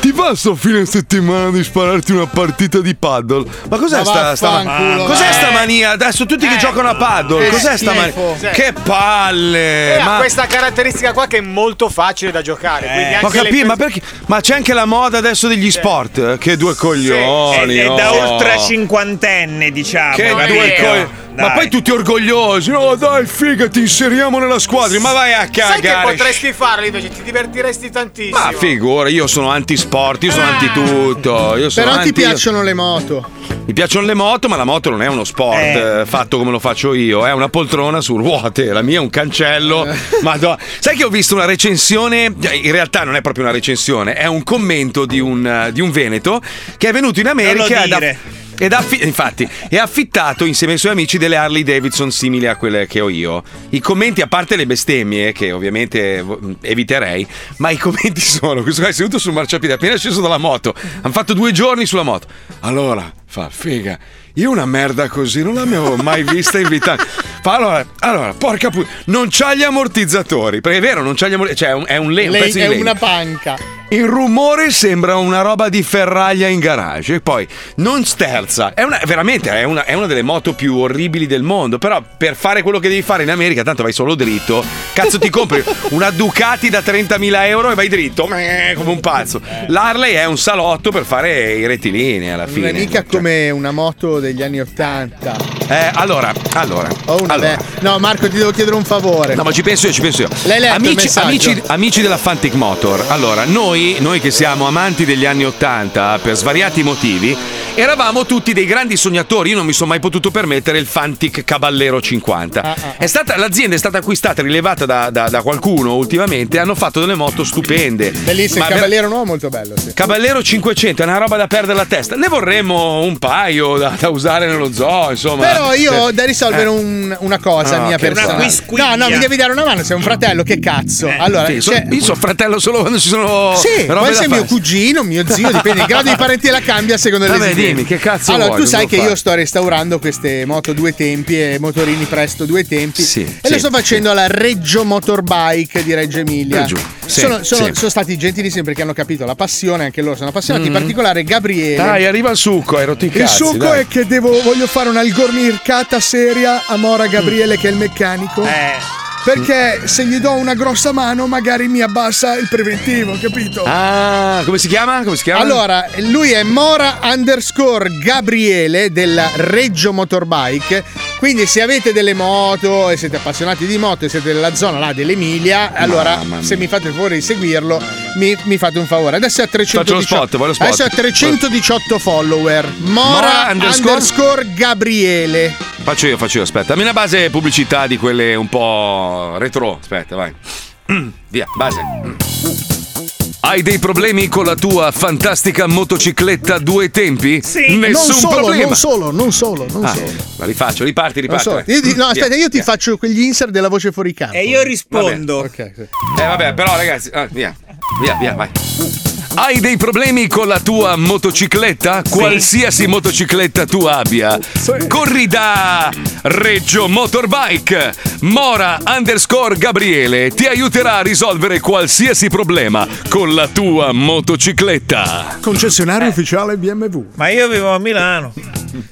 ti va sto fine settimana di spararti una partita di paddle? Ma cos'è Ma sta, sta, vaffanculo, cos'è eh. sta mania? Adesso tutti che giocano a paddle, Che cos'è sta mania? schifo. Sì. Che palle! E Eh, ha Eh, ma- Eh. questa caratteristica qua che è molto facile da giocare. Quindi anche Ma capì, le... ma perché? Ma c'è anche la moda adesso degli sport? eh? Che due coglioni! È, è da oh. ultra cinquantenne, diciamo. Che capito? due coglioni! Ma Dai. poi tutti orgogliosi, no dai figa ti inseriamo nella squadra, ma vai a Sai che cagare! potresti farlo invece, ti divertiresti tantissimo. Ma figura, io sono anti-sport, io sono anti tutto. Io sono Però ti anti- piacciono le moto. Mi piacciono le moto, ma la moto non è uno sport eh, fatto come lo faccio io, è una poltrona su ruote, la mia è un cancello. Madonna. Sai che ho visto una recensione, eh, in realtà non è proprio una recensione, è un commento di un, eh, di un veneto che è venuto in America ed ha- dire. ed ha affi- infatti, e ha affittato insieme ai suoi amici delle Harley Davidson simili a quelle che ho io. I commenti, a parte le bestemmie, eh, che ovviamente vo- eviterei, ma i commenti sono: questo qua è seduto sul marciapiede, appena sceso dalla moto. Hanno fatto due giorni sulla moto. Allora, fa figa. Io una merda così non l'avevo mai vista in vita. Fa allora, allora porca puttana, non c'ha gli ammortizzatori. Perché è vero, non c'ha gli ammortizzatori. Cioè, è un- è un, legno, un Lei pezzo di è legno. una panca. Il rumore sembra una roba di ferraglia in garage. E poi non sterza. È una, veramente è una, è una delle moto più orribili del mondo. Però per fare quello che devi fare in America, tanto vai solo dritto. Cazzo, ti compri una Ducati da 30.000 euro e vai dritto. meh, Come un pazzo. L'Harley è un salotto per fare i rettilini alla Non è fine. mica come una moto degli anni Ottanta. Eh, allora, allora. O una allora. be- No, Marco, ti devo chiedere un favore. Eh, No, ma ci penso io, ci penso io. L'hai letto il amici, messaggio? amici- amici della Fantic Motor, allora, noi, noi che siamo amanti degli anni Ottanta per svariati motivi, eravamo tutti dei grandi sognatori. Io non mi sono mai potuto permettere il Fantic Caballero 50. Ah, È stata- l'azienda è stata acquistata, rilevata da, da- da qualcuno ultimamente. Hanno fatto delle moto stupende. Bellissimo, Ma il ver- cavaliere nuovo è molto bello, sì. Caballero 500 è una roba da perdere la testa. Ne vorremmo un paio da, da usare nello zoo, insomma. Però io ho da Eh. risolvere un- una cosa No, mia che una personale. quisquiglia. Eh, No, no, mi devi dare una mano, sei un fratello, che cazzo. allora, Sì, sono- cioè- io sono fratello solo quando ci sono. Sì, robe poi da sei fare. mio cugino, mio zio, dipende. Il grado di parentela cambia secondo le Vabbè, esigenze. dimmi, che cazzo Allora, vuoi, tu cosa sai devo che fare? io sto restaurando queste moto due tempi e motorini presto due tempi. Sì, e lo sì, sto facendo alla Reggio Motorbike di Reggio Emilia. Reggio. Sì, sono, sono- sì. sono stati gentilissimi perché hanno capito la passione, anche loro sono appassionati. In Mhm. particolare Gabriele. Dai, arriva il succo, hai rotto i Il cazzi, succo dai. è che devo, voglio fare un'algormircata seria a Mora Gabriele, che è il meccanico. Perché se gli do una grossa mano, magari mi abbassa il preventivo, capito? Ah, come si chiama? Come si chiama? Allora, lui è Mora underscore Gabriele della Reggio Motorbike. Quindi, se avete delle moto e siete appassionati di moto e siete della zona là dell'Emilia, allora Mamma mia. se mi fate il favore di seguirlo, mi, mi fate un favore. Adesso è a Faccio lo 318, spot, voglio lo spot. Adesso è a 318 follower. Mora, Mora underscore, underscore- Gabriele. Faccio io, faccio io, aspetta. Dammi una base pubblicità di quelle un po' retro. Aspetta, vai. Mm, Via, base. Mm. Hai dei problemi con la tua fantastica motocicletta a due tempi? Nessun non solo, problema. non solo, non solo, non Ah, solo. ma rifaccio, riparti, Non riparti. solo. Io ti- no, Via, aspetta, io ti via. faccio quegli insert della voce fuori campo. E io rispondo. Ok, sì. Eh vabbè, però ragazzi, ah, via. Via, via, vai. Hai dei problemi con la tua motocicletta? Qualsiasi motocicletta tu abbia. Corri da Reggio Motorbike. Mora underscore Gabriele ti aiuterà a risolvere qualsiasi problema con la tua motocicletta. Concessionario Eh. ufficiale BMW. Ma io vivo a Milano.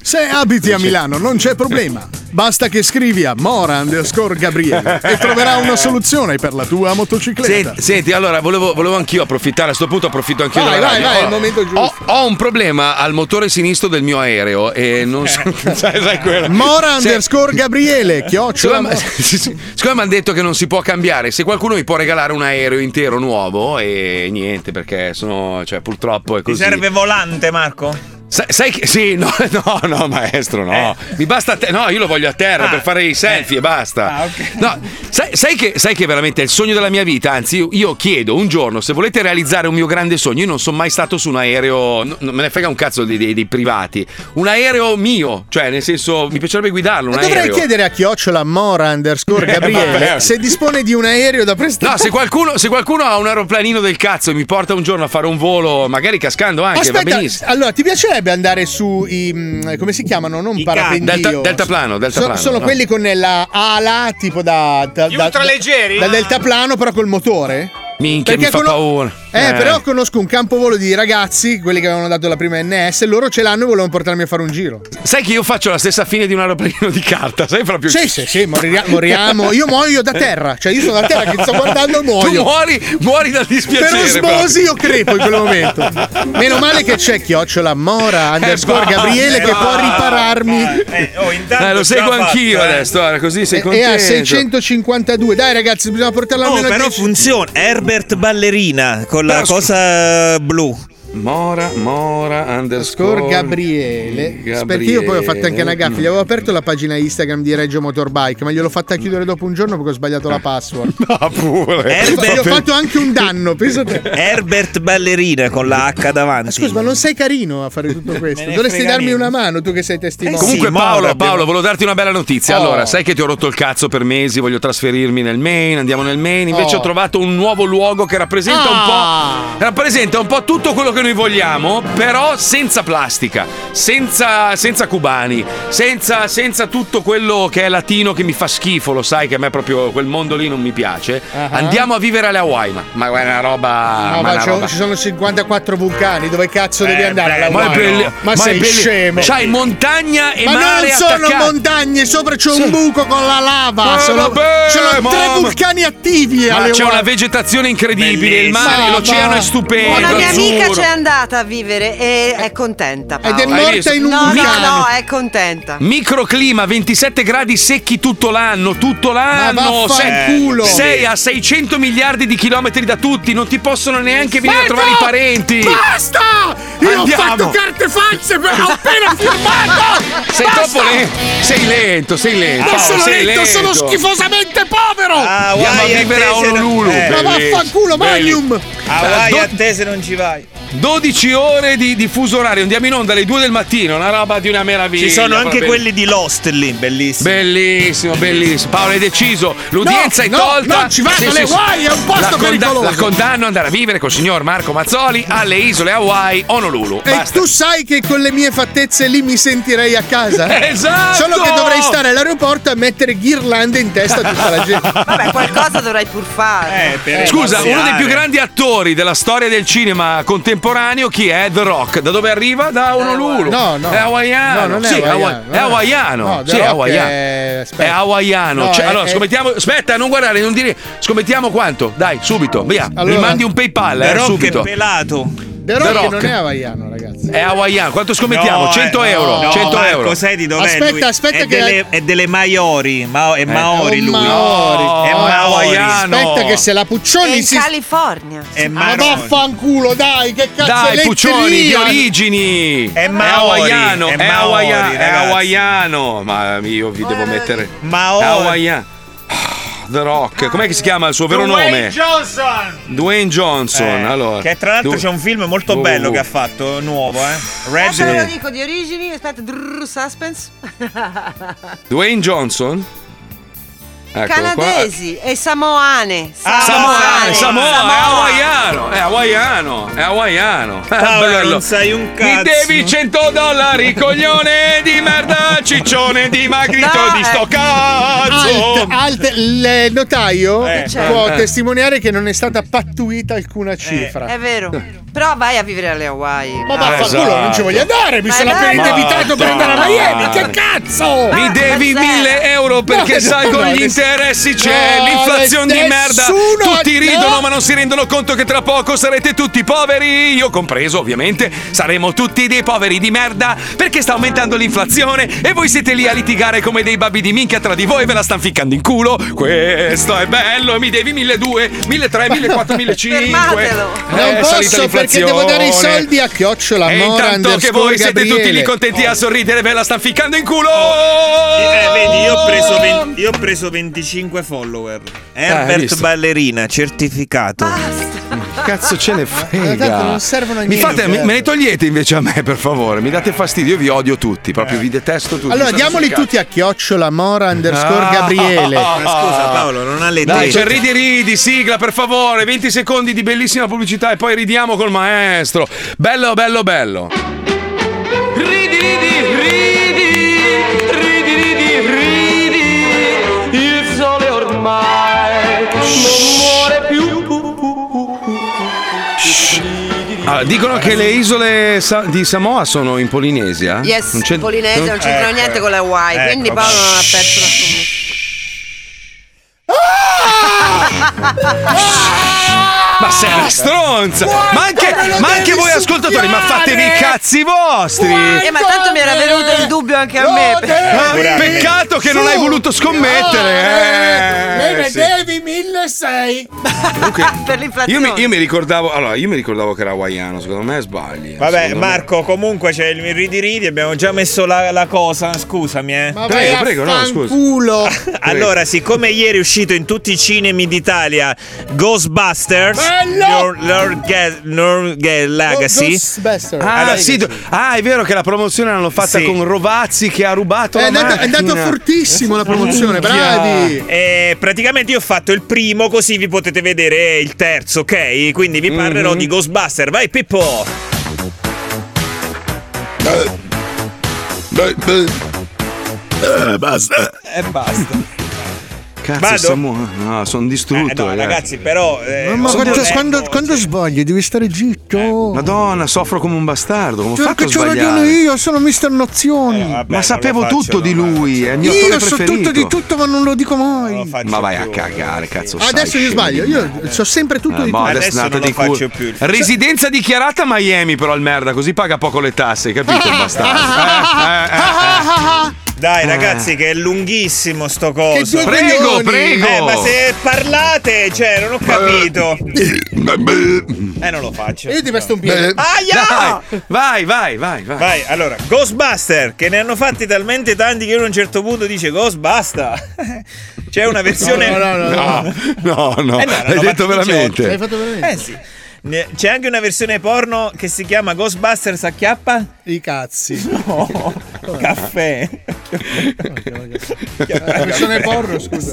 Se abiti a Milano non c'è problema. Basta che scrivi a Mora underscore Gabriele e troverai una soluzione per la tua motocicletta. Senti, senti, allora volevo, volevo anch'io approfittare, a sto punto approfitto anch'io Vai, della vai, radio. vai, è il Allora, momento giusto. Ho, ho un problema al motore sinistro del mio aereo e non Eh. so. sai, sai quello. Mora Se- underscore Gabriele, chiocciola. Siccome, siccome mi hanno detto che non si può cambiare, se qualcuno mi può regalare un aereo intero nuovo e niente, perché sono, cioè, purtroppo è Ti così. serve volante, Marco? Sai, sai che sì, no, no, no, maestro, no. Mi basta a te- no, io lo voglio a terra per fare i selfie e basta. No, sai, sai che, sai che veramente è il sogno della mia vita, anzi io, io chiedo un giorno se volete realizzare un mio grande sogno, io non sono mai stato su un aereo, no, non me ne frega un cazzo dei, dei- dei privati, un aereo mio, cioè nel senso mi piacerebbe guidarlo, un Dovrei aereo. chiedere a chiocciola Mora underscore Eh, Gabriele vabbè. se dispone di un aereo da prestare. No, se qualcuno, se qualcuno ha un aeroplanino del cazzo e mi porta un giorno a fare un volo, magari cascando anche, va Aspetta, benissimo. allora ti piacerebbe andare su i mh, come si chiamano? Non parapendio. Delta- deltaplano, deltaplano, sono no. quelli con la ala tipo da, da, da, ultraleggeri? da deltaplano però col motore? Minchia, Perché mi fa cono- paura. Eh, Eh. però conosco un campovolo di ragazzi, quelli che avevano dato la prima NS, loro ce l'hanno e volevano portarmi a fare un giro. Sai che io faccio la stessa fine di un aeroplanino di carta, sai proprio. Sì, sì, sì, morirà- moriamo. Io muoio da terra, cioè io sono da terra che sto guardando e muoio. Tu muori, muori dal dispiacere. Per osmosi io proprio. crepo in quel momento. Meno male che c'è Chiocciola Mora Eh, underscore basta, Gabriele che eh, può basta. ripararmi. oh, Eh, lo seguo già anch'io fatto, eh. adesso, guarda, così sei E contento. a 652. Dai ragazzi, bisogna portarla Oh, almeno a però 10. funziona. Herbert Ballerina con la cosa blu. Mora, Mora, underscore Cor Gabriele. Perché io poi ho fatto anche una gaffa. Gli avevo aperto la pagina Instagram di Reggio Motorbike, ma gliel'ho fatta chiudere dopo un giorno perché ho sbagliato la password. No, Ah, Eh, pure. Gli ho fatto anche un danno, pensa te. Herbert Ballerina con la H davanti. Scusa, ma non sei carino a fare tutto questo. ne Dovresti frega darmi niente. Eh una mano, tu che sei testimone. Comunque Paolo, Paolo, volevo darti una bella notizia. Oh. Allora, sai che ti ho rotto il cazzo per mesi, voglio trasferirmi nel Maine, andiamo nel Maine, invece Oh. ho trovato un nuovo luogo che rappresenta Ah. un po' rappresenta un po' tutto quello che noi vogliamo, però senza plastica, senza, senza cubani, senza, senza tutto quello che è latino che mi fa schifo, lo sai che a me proprio quel mondo lì non mi piace. Andiamo a vivere alle Hawaii, ma, ma è una roba No, Ah, ma è ma una c'ho- roba. Eh, ci sono 54 vulcani, dove cazzo devi andare? alla ma, è Hawaii? belli- ma, è sei belli- scemo. C'hai montagna e ma mare non sono attaccati. montagne, sopra c'è un Sì. buco con la lava. Eh, sono vabbè, sono ma- tre vulcani attivi. Ma alle c'è una Hawaii. vegetazione incredibile, il mare, Bellissimo. l'oceano è stupendo. Una mia amica azzurro. c'è andata a vivere e Eh. è contenta. Paolo. Ed è morta Hai visto? in un no, No, vulcano. no, è contenta. Microclima, 27 gradi secchi tutto l'anno, tutto l'anno. vaffanculo. Sei, sei a 600 miliardi di chilometri da tutti, non ti possono neanche venire a Basta! trovare i parenti. Basta! Io Andiamo. ho fatto carte false, per- ho appena firmato! Sei Basta! troppo lento, sei lento, sei lento. Non Paolo, sono sei lento, sono lento. schifosamente povero! Andiamo a Hawaii vivere a Ah, attese- Honolulu. eh. bellissimo, Ma vaffanculo, bellissimo. Magnum! Hawaii Dove- a te se non ci vai. 12 ore di, di fuso orario, andiamo in onda alle 2 del mattino, una roba di una meraviglia. Ci sono anche proprio. quelli di Lost lì, bellissimi. Bellissimo, bellissimo. Paolo hai deciso, l'udienza è No, no, tolta. no, ci vado, le Hawaii è un posto la pericoloso. La condanno ad andare a vivere col signor Marco Mazzoli alle isole Hawaii, Honolulu. E Basta. tu sai che con le mie fattezze lì mi sentirei a casa. Esatto! Solo che dovrei stare all'aeroporto a mettere ghirlande in testa a tutta la gente. Vabbè, qualcosa dovrai pur fare. Eh, eh, Scusa, uno dei più grandi attori della storia del cinema contemporaneo chi è? The Rock. Da dove arriva? Da Honolulu. Eh, No, no. È hawaiano. No, non è Sì, hawaiano, hawa- È no. hawaiano. No, The sì, è Rock hawaiano. è- È hawaiano. No, Cioè, è- allora, è- scommettiamo. Aspetta, non guardare, non dire. Scommettiamo quanto? Dai, subito. Via. Allora, Mi mandi un PayPal. The eh, Rock è subito. pelato. The Rock, The Rock. non è hawaiano, ragazzi. È hawaiano. Quanto scommettiamo? No, eh, 100 euro. no, 100 Marco, euro. sai di dov'è Aspetta, lui? aspetta è che- Delle, è delle Maiori, Mao- è Maori un lui. Maori. È Oh, Maori. Aspetta che se la È Puccioni in si California. È Ma vaffanculo, dai, che cazzo Dai, letteria? Puccioni di origini. È È Maori, hawaiano. è È Maori, hawaiano. È ragazzi. hawaiano. Ma io vi devo mettere. Maori. Hawaiian. Ah, The Rock, com'è che si chiama il suo vero nome? Johnson. Dwayne Johnson. allora. Eh, Che tra l'altro Du- c'è un film molto Uh, bello uh. che ha fatto, nuovo, eh. Eh, Red però lo dico di origini, aspetta, drrr, suspense. Dwayne Johnson? Eccolo Canadesi e samoane. Qua. Samoa, Samoane. Samoa, Samoa. è hawaiano, è hawaiano, è hawaiano. Eh, Paolo, bello. non sai un Mi cazzo. devi 100 dollari, coglione di merda, ciccione dimagrito No, di sto eh. cazzo. Alt, alt- il notaio Eh, può eh. testimoniare che non è stata pattuita alcuna Eh, cifra. È vero. Però vai a vivere alle Hawaii. Ma vaffanculo, non ci Esatto. voglio andare, mi Ma sono dai. appena indebitato per andare a Miami, Madonna. che cazzo! Mi devi 1000 euro perché No, sai no, con no, gli adesso- interessi c'è No, l'inflazione di merda. nessuno- Tutti ridono no. ma non si rendono conto che tra poco sarete tutti poveri, io compreso ovviamente. Saremo tutti dei poveri di merda perché sta aumentando l'inflazione e voi siete lì a litigare come dei babbi di minchia tra di voi e ve la stanno ficcando in culo. Questo è bello, mi devi 1200, 1300, 1400, 1500. Non Eh, è salita posso perché devo dare i l'inflazione. soldi a chiocciola E Mora intanto che underscore voi siete tutti lì Gabriele. contenti a sorridere, ve la stanno ficcando in culo! Oh! Eh, vedi, io ho preso, 20 io ho preso 25 follower. Eh, hai Herbert visto? Ballerina, certificato. Cazzo ce ne Ma frega. tanto non servono a mi niente. fate, me, me ne togliete invece a me, per favore. Mi date fastidio, io vi odio tutti, Eh. proprio vi detesto tutti. Allora Mi state diamoli sul cazzo. tutti a chiocciola Mora underscore Ah. Gabriele. Ma scusa, Paolo, non ha le Dai, c'è ridi ridi, sigla per favore, 20 secondi di bellissima pubblicità e poi ridiamo col maestro. Bello, bello, bello. Ridi, ridi, ridi, ridi, ridi, ridi, il sole ormai non muore più. Allora, dicono che le isole Sa- di Samoa sono in Polinesia? Yes, Non c'è- Eh, Polinese non c'entrano niente con le Hawaii, Ecco. quindi Paolo non ha perso la Ah! Ma sei una stronza! Ma anche, ma anche voi ascoltatori, ma fatevi i cazzi vostri! Eh, ma tanto mi era venuto il dubbio anche a me. Ah, Peccato che non hai voluto scommettere! eh, sì. devi 1600. per Io l'inflazione. mi, io mi ricordavo, allora, io mi ricordavo che era hawaiano, secondo me sbagli. Vabbè, Secondo me- Marco, comunque c'è il ridi ridi, abbiamo già messo la, la cosa, scusami, eh. Ma Prego, vai a prego, no, scusa. fanculo. allora, siccome ieri è uscito in tutti i cinemi d'Italia Ghostbusters, Bello! Oh, Your- Your Ga- Your Ga- Legacy. Ah, Allora- sì, do- ah, è vero che la promozione l'hanno fatta Sì. con Rovazzi che ha rubato Eh, È la andato- è andato macchina. fortissimo la promozione, Minchia. bravi. Eh, praticamente io ho fatto il primo, così vi potete vedere il terzo, ok? Quindi vi parlerò Mhm. di Ghostbusters. Vai, Pippo! basta. E basta. Cazzo, Vado? Samu- Eh, no, sono distrutto. No, ragazzi. ragazzi, però. eh, Ma sono quando, ecco, quando, quando sbagli devi stare zitto. Eh, Madonna, soffro come un bastardo. Come ho fatto Perché a ci ho sbagliare? Eh, ragiono io, sono mister Nozioni. ma sapevo tutto di lui, è il mio io attore so preferito. tutto di tutto, ma non lo dico mai. Ah, Ma vai a cagare, cazzo. sai, Adesso io scendi sbaglio, di io merda. so sempre tutto Eh, di boh, tutto. eh, adesso è andata di culo. Residenza dichiarata a Miami, però al merda, così paga poco le tasse, capito? il bastardo. Eh, eh, eh. Dai, Eh. ragazzi, che è lunghissimo sto coso. due Prego, coglioni. prego. Eh, ma se parlate, cioè, non ho capito. Eh, non lo faccio. Io ti pesto un piede. Aia! Vai, vai, vai, vai. Vai, allora, Ghostbuster, che ne hanno fatti talmente tanti che uno a un certo punto dice Ghost basta. C'è una versione No, no, no, no. No, no, Eh no, l'hai l'hanno fatto detto veramente. L'hai fatto veramente? Eh sì. Ne- C'è anche una versione porno che si chiama Ghostbusters a chiappa? I cazzi. No, caffè. La versione porno, scusa.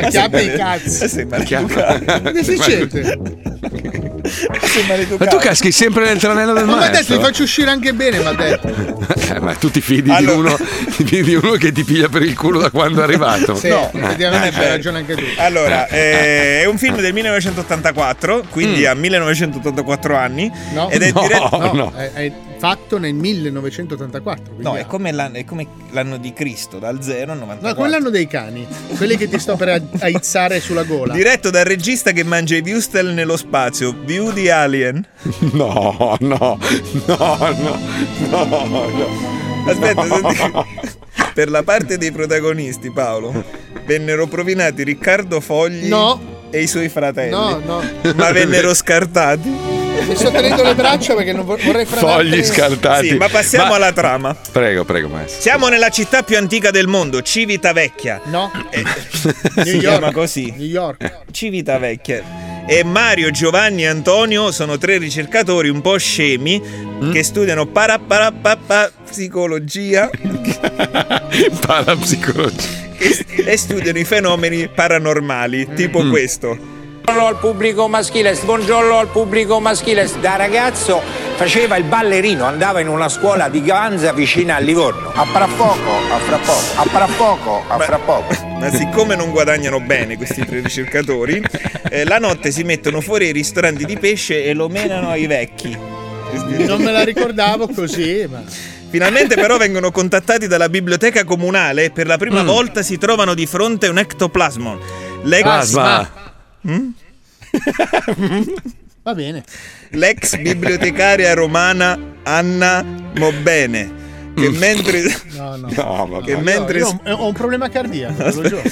A chiappa i cazzi. Ma Sembra educato. Deficiente. Sembra Ma educato. tu caschi sempre nel tranello del Ma mi ha detto, maestro. li faccio uscire anche bene, mi ha detto. Eh, ma tu ti fidi di, uno, ti fidi di uno che ti piglia per il culo da quando è arrivato? Sì, Eh, effettivamente eh, hai ragione anche tu. Allora, eh, è un film del 1984, quindi ha 1984 anni. Mm. No, ed è no, diretto. no, È, è fatto nel 1984. quindi- No, è come, l'anno, è come l'anno di Cristo, dal 0 al 94. No, quell'anno dei cani, quelli che ti sto per a- aizzare sulla gola. Diretto dal regista che mangia i Wustel nello spazio, View di Alien. No, no, no, no, no, Aspetta, senti. Per la parte dei protagonisti, Paolo, vennero provinati Riccardo Fogli e i suoi fratelli. No, no. Ma vennero scartati. Mi sto tenendo le braccia perché non vor- vorrei fare Fogli scartati. Sì, ma passiamo alla trama. Prego, prego, maestro. Siamo nella città più antica del mondo, Civitavecchia. Eh, No. si New chiama York. così. New York. Civitavecchia. E Mario, Giovanni e Antonio sono tre ricercatori un po' scemi che studiano paraparapapa psicologia Parapsicologia. e, e studiano i fenomeni paranormali, tipo questo. Buongiorno al pubblico maschile, buongiorno al pubblico maschile. Da ragazzo faceva il ballerino, andava in una scuola di Ganza vicina a Livorno. A parafoco, a frapoco, a parafoco, a frapoco. Ma siccome non guadagnano bene questi tre ricercatori, eh, la notte si mettono fuori ai ristoranti di pesce e lo menano ai vecchi. Non me la ricordavo così, ma. Finalmente però vengono contattati dalla biblioteca comunale e per la Mm. prima volta si trovano di fronte a un Mm? ectoplasmon. Plasma. Va bene. L'ex bibliotecaria romana Anna Mobbene che mentre No, no. Mm. No, che mentre Io ho, ho un problema cardiaco, te lo giuro.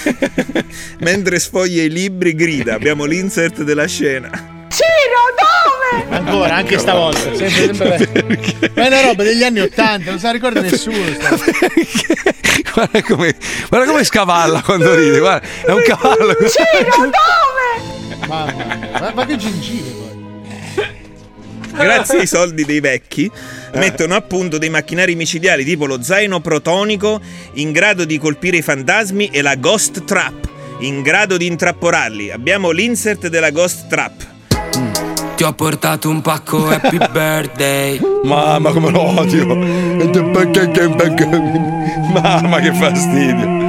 mentre sfoglia i libri grida. Abbiamo l'insert della scena. Ciro, dove? Ancora, anche stavolta. Sempre, sempre lei. Ma è una roba degli anni 80, non se la ricorda nessuno. sta- Guarda come, guarda come scavalla quando ride, guarda, è un cavallo. dove? Mamma mia, ma, ma che gengive poi. Grazie ai soldi dei vecchi mettono a punto dei macchinari micidiali tipo lo zaino protonico in grado di colpire i fantasmi e la ghost trap in grado di intrapporarli. Abbiamo l'insert della ghost trap. Mm. Ti ho portato un pacco Happy Birthday. Mamma come lo odio. Mamma che fastidio.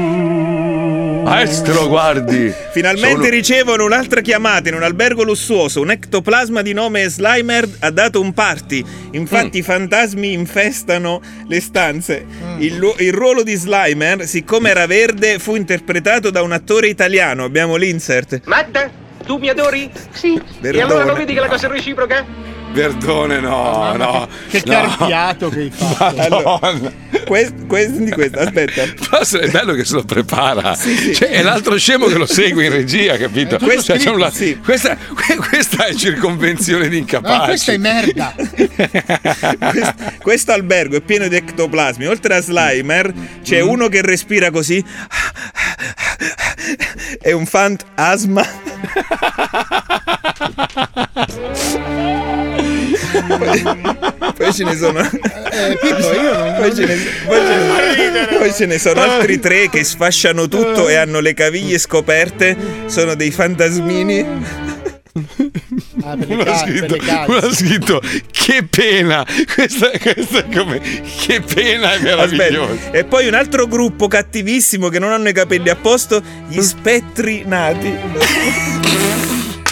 Maestro, guardi. Finalmente Sono- ricevono un'altra chiamata in un albergo lussuoso. Un ectoplasma di nome Slimer ha dato un party. Infatti i Mm. fantasmi infestano le stanze. Mm. Il, lu- il ruolo di Slimer, siccome era verde, fu interpretato da un attore italiano. Abbiamo l'insert. Matta, tu mi adori? Sì. Verdone. E allora non vedi che la cosa è reciproca? Verdone, no, no. Che no. carpiato che hai fatto. Madonna. Questo, questo, aspetta. Però se- è bello che se lo prepara. Cioè, è l'altro scemo che lo segue in regia, Eh, capito? Questo- Cioè, c'è un la- questa, que- questa è circonvenzione di incapaci. No, questa è merda. Quest- questo albergo è pieno di ectoplasmi. Oltre a Slimer, c'è uno che respira così. È un fantasma. poi, poi ce ne sono. Poi ce ne, poi ce ne- poi ce ne sono altri tre che sfasciano tutto e hanno le caviglie scoperte. Sono dei fantasmini. Ah, per le Uno ha, ca- per scritto, le calze. uno ha scritto, che pena questa, questa è come che pena è meravigliosa Aspetta, E poi un altro gruppo cattivissimo che non hanno i capelli a posto, Mm. gli spettri nati.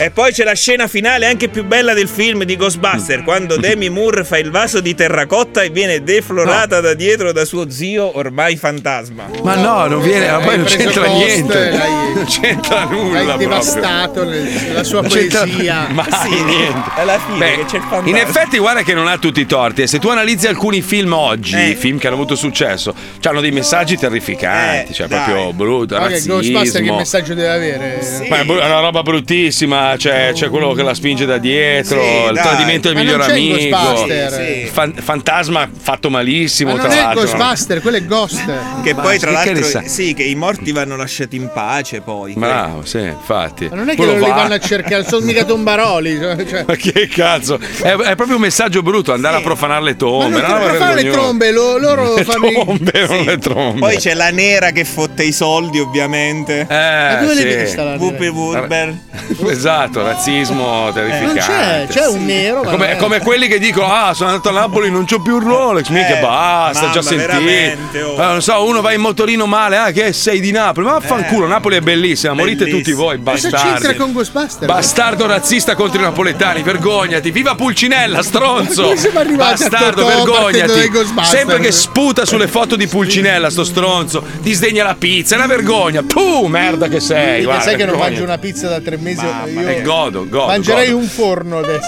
E poi c'è la scena finale anche più bella del film di Mm. Ghostbuster, quando Demi Moore fa il vaso di terracotta e viene deflorata da dietro da suo zio ormai fantasma. ma no non viene ma poi Hai non preso c'entra posto niente e l'hai- non c'entra nulla Hai proprio. devastato le- la sua Non c'entra poesia. mai niente. Alla fine Beh, che c'è il In fantasma. effetti, guarda che non ha tutti i torti. E se tu analizzi alcuni film oggi, Eh. film che hanno avuto successo, hanno dei messaggi Eh, terrificanti, cioè proprio brutto, Ma che Ghostbuster che razzismo. messaggio deve avere? boh. Ma è bru- è una roba bruttissima, là, c'è, c'è quello che la spinge da dietro, Sì, il dai. tradimento del Ma miglior non c'è in amico, Ghostbuster. Sì, sì. Fan- fantasma fatto malissimo, Ma non tra è l'altro. Ghostbuster, quello è Ghost. Che poi, tra Ah. che l'altro, risa- sì, che i morti vanno lasciati in pace. Poi Ecco. Bravo, sì, infatti. Ma non è che Quello loro li va- vanno a cercare, sono mica tombaroli. cioè- cioè- Ma che cazzo? È, è proprio un messaggio brutto andare a profanare le tombe. Ma non no, per fare le vergognoso. trombe, lo- loro Le fanno i- trombe, non le trombe. Poi c'è la nera che fotte i soldi, ovviamente. Eh, dove l'hai sì. vista la nera? Wuppe Wurber. Esatto, razzismo terrificante. Eh, c'è, c'è un nero, È ma Come, non è- è come quelli che dicono: Ah, sono andato a Napoli, non c'ho più il Rolex. Mica Eh, basta, mamma, già sentito. veramente, oh. Ah, non so, uno va in motorino male, ah, che sei di Napoli. Ma Eh. vaffanculo, Napoli è bellissima, morite Bellissima. tutti voi, Cosa c'entra bastardi. con Ghostbuster? Bastardo razzista contro i napoletani, vergognati. Viva Pulcinella, Ma stronzo. come siamo arrivati a Bastardo, sto top partendo dai vergognati. Ghostbuster? Sempre che sputa sulle foto di Pulcinella, sto stronzo. Disdegna la pizza, è una vergogna. Puh, merda che sei. Mica eh, guarda, sai che non vergognati. mangio una pizza da tre mesi. io E godo, godo. mangerei godo. un forno adesso.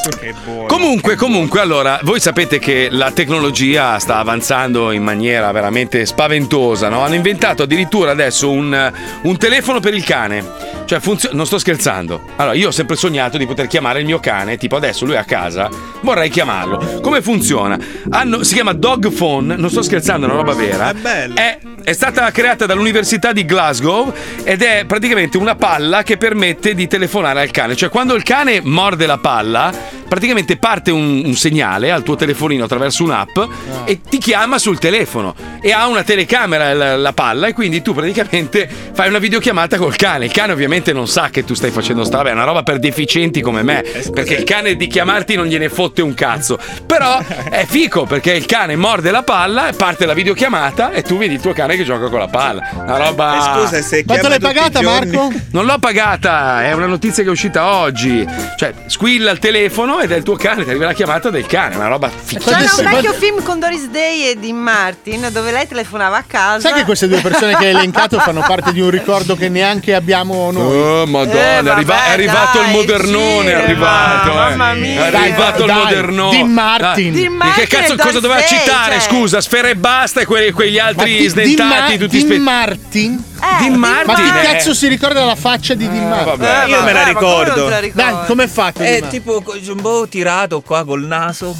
Comunque, comunque, allora, voi sapete che la tecnologia sta avanzando in maniera veramente spaventosa, no? Hanno inventato addirittura adesso un, un telefono per il cane. Cioè, funzio- non sto scherzando. Allora, io ho sempre sognato di poter chiamare il mio cane, tipo adesso lui è a casa, vorrei chiamarlo. Come funziona? Hanno- si chiama Dog Phone, non sto scherzando, è una roba vera. È bello. È, stata creata dall'Università di Glasgow ed è praticamente una palla che permette di telefonare al cane. Cioè, quando il cane morde la palla, praticamente parte un, un segnale al tuo telefonino attraverso un'app Ah. e ti chiama sul telefono e ha una telecamera la, la palla e quindi tu praticamente fai una videochiamata col cane. Il cane ovviamente non sa che tu stai facendo sta, vabbè, è una roba per deficienti come me, Eh, perché il cane di chiamarti non gliene fotte un cazzo. Però è fico perché il cane morde la palla e parte la videochiamata e tu vedi il tuo cane che gioca con la palla. Una roba Eh, scusa, se Quanto l'hai pagata, Marco? non l'ho pagata, è una notizia che è uscita oggi. Cioè, squilla il telefono ed è il tuo cane, ti arriva la chiamata del cane, una roba C'era fichissima. un vecchio film con Doris Day e Dean Martin dove lei telefonava a casa. Sai che queste due persone che hai elencato fanno parte di un ricordo che neanche abbiamo noi. Oh, madonna, Eh, è, arriva- vabbè, è arrivato dai, il modernone, è sì, arrivato. ma- mamma eh. mia. È arrivato Dai, il dai, modernone. Dean Martin. Dai. Dean Di che Martin cazzo e Dai cosa doveva Sei, citare? cioè. Scusa, Sfera e Basta e quelli, quegli altri Di- sdentati Dean Ma- tutti Dean spe- Martin? Dean Ma Martin, chi eh. cazzo si ricorda la faccia di Dean Ah, Martin? vabbè, Eh, io ma- me la eh, ma come ricordo. non te la ricordi? Dai, com'è fatto? È Dean Martin? tipo co- un po' tirato qua col naso.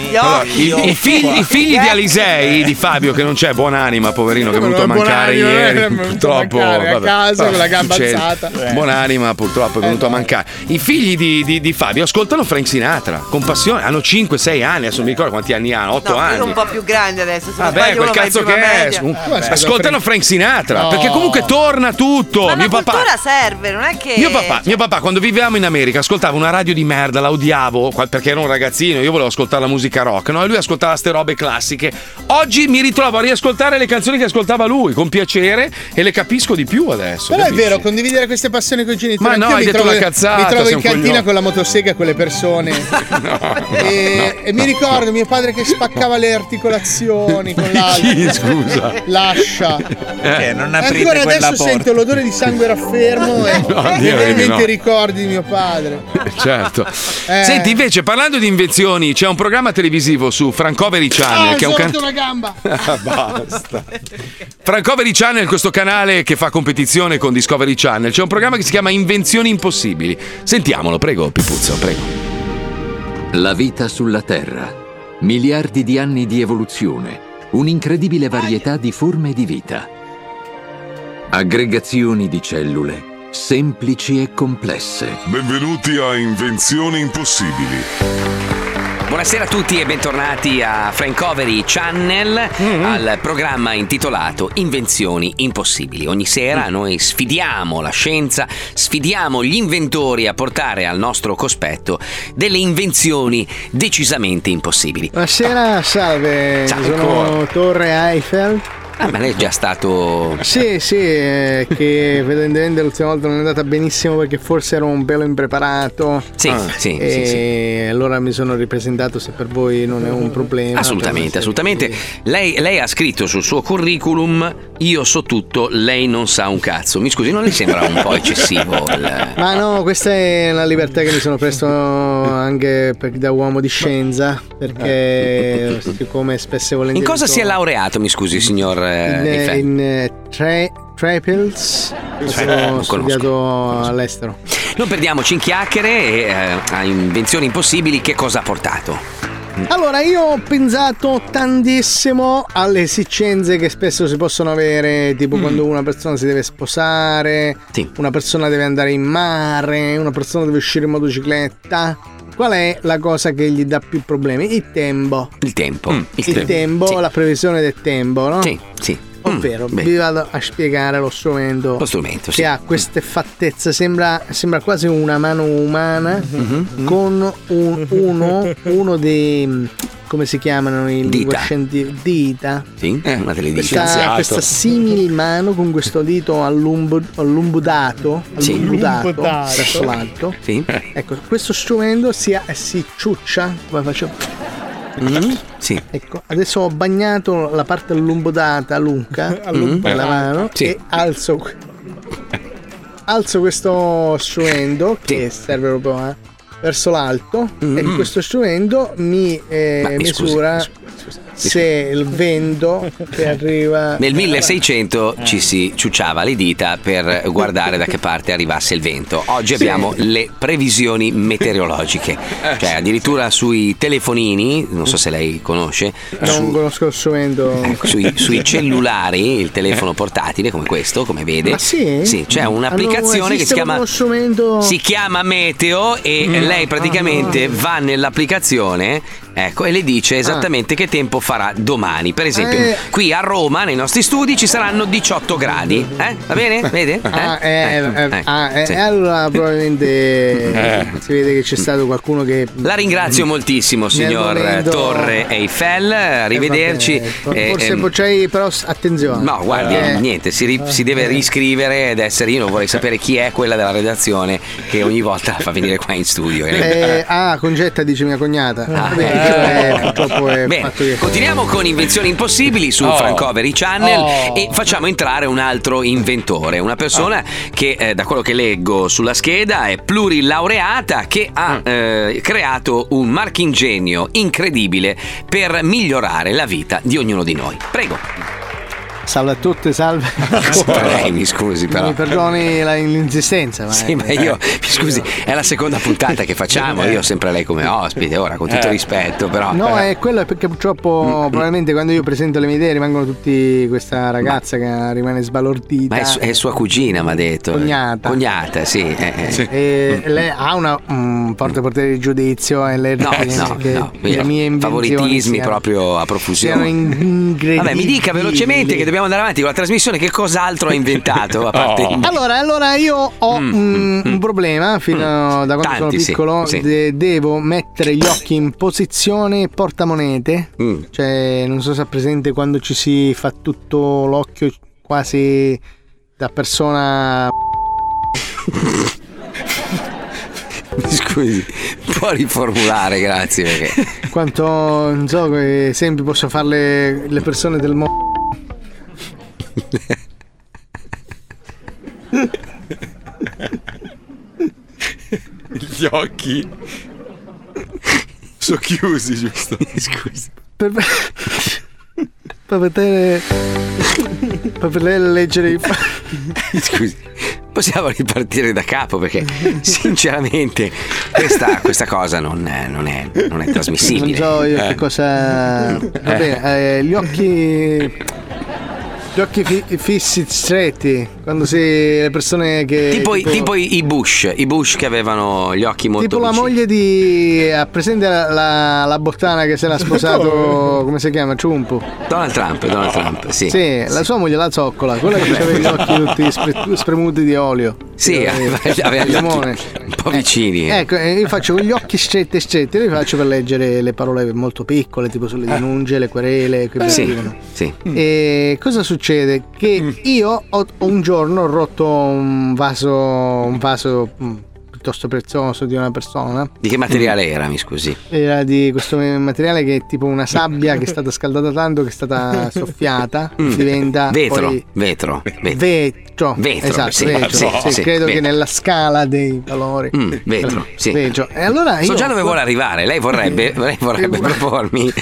Gli Ah, Allora, occhi, Eh? i, i figli, i figli di Alisei, di Fabio, che non c'è, buonanima, poverino, che è venuto a mancare Buonanima, è ieri. venuto a Purtroppo, mancare a vabbè, casa con la vabbè, gamba succede. alzata. Eh. Buonanima, purtroppo, è venuto a mancare. I figli di, di- di Fabio ascoltano Frank Sinatra con passione. Hanno 5-6 anni, adesso non mi ricordo quanti anni hanno, 8 No, io ero un anni. po' più grande adesso. Se non Vabbè, sbaglio quel uno va in cazzo prima che è. media. un- Eh. Ascoltano Frank Sinatra, No. perché comunque torna tutto. Ma mio la papà. cultura serve, non è che. Mio papà, mio papà, quando vivevamo in America, ascoltava una radio di merda, la odiavo qua- perché ero un ragazzino, io volevo ascoltare la musica rock, no? E lui ascoltava ste robe classiche. Oggi mi ritrovo a riascoltare le canzoni che ascoltava lui con piacere e le capisco di più adesso. Però è capisci? vero, condividere queste passioni con i genitori. Ma no, anch'io hai mi detto trovo, una cazzata, Mi trovo sei in un cantina coglione. con la motosega con le persone. e, e mi ricordo mio padre che spaccava le articolazioni con l'altro. Chi, scusa? Lascia. Eh, non E aprite ancora quella adesso porta. sento l'odore di sangue raffermo e No, e direi di veramente no. ricordi di mio padre. Certo. Eh. Senti, invece, parlando di invenzioni, c'è un programma televisivo su Francovery Channel, Ah, che è un can- Ah, una gamba. Basta. Francovery Channel, questo canale che fa competizione con Discovery Channel, c'è un programma che si chiama Invenzioni Impossibili. Sentiamolo, prego, Pipuzzo, prego. La vita sulla Terra. Miliardi di anni di evoluzione. Un'incredibile varietà di forme di vita. Aggregazioni di cellule, semplici e complesse. Benvenuti a Invenzioni Impossibili. Buonasera a tutti e bentornati a Francovery Channel, al programma intitolato Invenzioni impossibili. Ogni sera noi sfidiamo la scienza, sfidiamo gli inventori a portare al nostro cospetto delle invenzioni decisamente impossibili. Buonasera, salve. Ciao, Sono ancora. Torre Eiffel. Ah, ma lei è già stato... Sì, sì, eh, che vedo in Dende l'ultima volta non è andata benissimo perché forse ero un pelo impreparato. Sì, sì, E Eh, sì, allora mi sono ripresentato se per voi non è un problema. Ah, Assolutamente, assolutamente. Lei, lei ha scritto sul suo curriculum, io so tutto, lei non sa un cazzo. Mi scusi, non le sembra un po' eccessivo il... Ma no, questa è una libertà che mi sono preso anche per- da uomo di scienza, perché siccome spesso e In volentieri... cosa si è sono- laureato, mi scusi, signor eh, in, Eiffel? in, eh, tre Trapels. Ho eh, conosco. studiato all'estero. Non perdiamoci in chiacchiere e eh, a Invenzioni Impossibili che cosa ha portato? Allora, io ho pensato tantissimo alle esigenze che spesso si possono avere, tipo quando una persona si deve sposare, una persona deve andare in mare, una persona deve uscire in motocicletta. Qual è la cosa che gli dà più problemi? Il tempo. Il tempo. Mm, Il, tempo, la previsione del tempo, no? Sì, sì. Ovvero, Mm, bene. vi vado a spiegare lo strumento. Lo strumento, che sì. ha queste fattezze, sembra, sembra quasi una mano umana Mhm. con un- uno, uno dei. mm, come si chiamano in lingua Dita. scientifica? Dita. Sì, una televisione. Eh. Questa, questa simil mano con questo dito allumbu- allumbudato, Sì. allumbudato Allumbudato. verso l'alto. Sì. Ecco, questo strumento si, si ciuccia, come faccio? Mm-hmm. Sì. Ecco, adesso ho bagnato la parte allumbuddata lunga Mhm. con la mano Sì. e alzo, alzo questo strumento che serve proprio a- verso l'alto e Mhm. questo strumento mi eh, Ma mi scusi, misura se il vento che arriva Nel 1600 ci si ciucciava le dita per guardare da che parte arrivasse il vento. Sì. Oggi abbiamo le previsioni meteorologiche. Eh. Cioè, addirittura sui telefonini, non so se lei conosce, non conosco lo strumento eh, sui, sui cellulari, il telefono portatile come questo, come vede. Ma sì? c'è Ah, no, un'applicazione che si esiste chiama uno strumento si chiama Meteo e Mm. Ah. lei praticamente va nell'applicazione ecco, e le dice esattamente che tempo farà domani. Per esempio, Ah. Eh. qui a Roma, nei nostri studi, ci saranno 18 gradi. Eh? Va bene? Vede? Eh? Ah, eh, eh, Eh, ah, eh, sì. allora probabilmente si vede che c'è stato qualcuno che La ringrazio moltissimo, signor momento- Eh, Torre Eiffel. Arrivederci. Eh, ecco, Forse Eh. ehm, potrei, però s- attenzione. No, guardi, perché- niente, si, ri- si Eh. deve riscrivere ed essere. Io non vorrei sapere chi è quella della redazione che ogni volta la fa venire qua in studio. Eh, ah, Congetta dice mia cognata. Vabbè, eh. cioè, purtroppo è Bene, fatto che. continuiamo con Invenzioni Impossibili su Oh. Francovery Channel Oh. e facciamo entrare un altro inventore, una persona Ah. che eh, da quello che leggo sulla scheda è plurilaureata che Mm. ha eh, creato un marchingegno incredibile per migliorare la vita di ognuno di noi. Prego. Salve a tutte, salve. Lei mi scusi però. Mi perdoni la- l'insistenza, ma. ecco. Sì, ma io, mi scusi, è la seconda puntata che facciamo, io ho sempre lei come ospite, ora con tutto Eh. rispetto però. No, è quello è perché purtroppo Mm, probabilmente quando io presento le mie idee rimangono tutti questa ragazza che rimane sbalordita. Ma è, su- è sua cugina, mi ha detto. Cognata. Cognata, sì. eh, eh. E lei ha una mm, forte potere di giudizio e lei No, pensa no, Eh, che no, le mie invenzioni favoritismi siano- proprio a profusione. siano incredibili. Vabbè, mi dica velocemente che dobbiamo andare avanti con la trasmissione, che cos'altro ha inventato a parte Oh. Allora, allora io ho mm, un problema fino a da quando Mm. sono Tanti, sì, piccolo. sì. de- devo mettere gli occhi in posizione portamonete. Mm. Cioè, non so se è presente quando ci si fa tutto l'occhio quasi da persona. Mi scusi, può riformulare, grazie perché Quanto non so che esempi posso farle le persone del mondo. Gli occhi sono chiusi, giusto? Scusi. Per, per poter. per poter leggere i. Scusi, possiamo ripartire da capo perché sinceramente questa, questa cosa non è, non è- non è Non trasmissibile. so io Eh. che cosa. Va bene, eh, gli occhi. Gli occhi fi- fissi stretti. Quando si. le persone che. Tipo, i- tipo i i Bush, i Bush che avevano gli occhi molto tipo la vicini. moglie di. ha presente la, la, la bottana che se l'ha sposato. come si chiama? Ciumpo. Donald Trump, Donald Trump, sì. Oh, Sì, la sua moglie la zoccola, quella che aveva gli occhi tutti spre- spremuti di olio. Sì, aveva- aveva di gli limone. occhi un po' vicini. Ecco, eh, io faccio con gli occhi stretti e stretti, li faccio per leggere le parole molto piccole, tipo sulle denunce, le querele, che mi arrivano. Eh. sì, Mm. sì. E cosa succede? Che io ho, ho un giorno ho rotto un vaso, un vaso mm, piuttosto piuttosto prezioso di una persona. Di che materiale Mm. era, mi scusi? Era di questo materiale che è tipo una sabbia che è stata scaldata tanto, che è stata soffiata, Mm. Ah, diventa vetro, poi vetro, vetro. vetro. Vetro, esatto, sì, vetro. sì, Sì, sì, credo che vetro. nella scala dei valori. Mm, vetro, sì. Vetro. E allora So io- già dove vuole arrivare, lei vorrebbe, lei vorrebbe propormi.